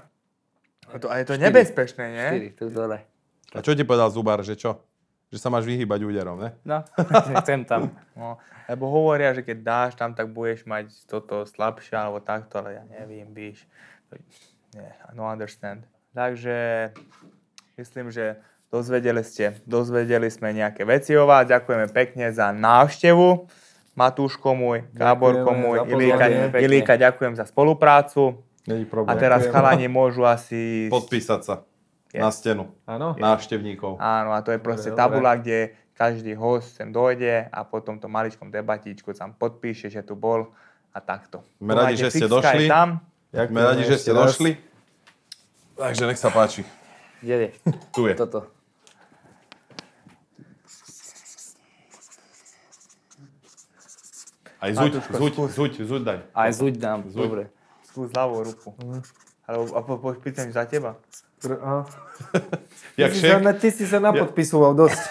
S2: A, to, a je to
S4: Štyri.
S2: nebezpečné, nie?
S4: Štyri, tu dole.
S1: A čo ti povedal zubár, že čo? Že sa máš vyhýbať úderom, ne?
S4: No, chcem tam.
S2: No, lebo hovoria, že keď dáš tam, tak budeš mať toto slabšie alebo takto, ale ja neviem, víš. Nie, I don't understand. Takže myslím, že dozvedeli ste, dozvedeli sme nejaké veci o vás. Ďakujeme pekne za návštevu. Matúško môj, Gáborko
S3: Ďakujeme
S2: môj,
S3: za
S2: Ilíka,
S4: pozvanie. Pekne.
S2: Ilíka, ďakujem za spoluprácu.
S1: Není
S2: A
S1: problém.
S2: teraz
S3: Ďakujeme.
S2: chalani môžu asi...
S1: Podpísať sa
S2: Je.
S1: na stenu
S6: Áno?
S1: návštevníkov.
S2: Áno, a to je proste
S6: dobre.
S2: tabula, kde každý host sem dojde a potom to maličkom debatíčku tam podpíše, že tu bol a takto.
S1: Sme
S2: Tu
S1: radi,
S2: máte
S1: že ste
S2: fixka aj
S1: došli.
S2: Tam.
S1: Sme radi, že ste
S6: ešte raz.
S1: došli. Takže nech sa páči.
S4: Kde je?
S1: Tu je.
S4: Toto.
S1: Aj zuť,
S2: Matúško,
S1: zuť, zuť, zuť daj.
S4: Aj zuď dám,
S1: Zuď.
S4: dobre.
S2: Skús ľavou ruku. Alebo a po, po, pýtam za teba.
S6: Pr- aha.
S1: Jak
S6: Ty si,
S1: šek,
S6: sa, na- ty si sa napodpisoval dosť.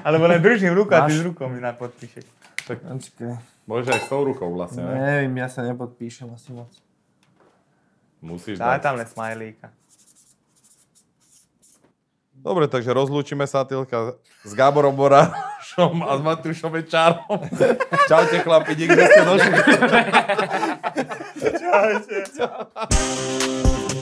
S2: Alebo len držím ruku a ty s rukou mi napodpíšeš.
S6: Počkaj.
S1: môžeš aj s tou rukou vlastne, ne?
S6: Neviem, ja sa nepodpíšem asi moc.
S1: Musíš dať.
S2: Daj tam len smajlíka.
S1: Dobre, takže rozlúčime sa, Tilka, s Gáborom Borášom a s Matúšom Večárom. Čaute, chlapi, nikde ste došli.
S2: Čaute.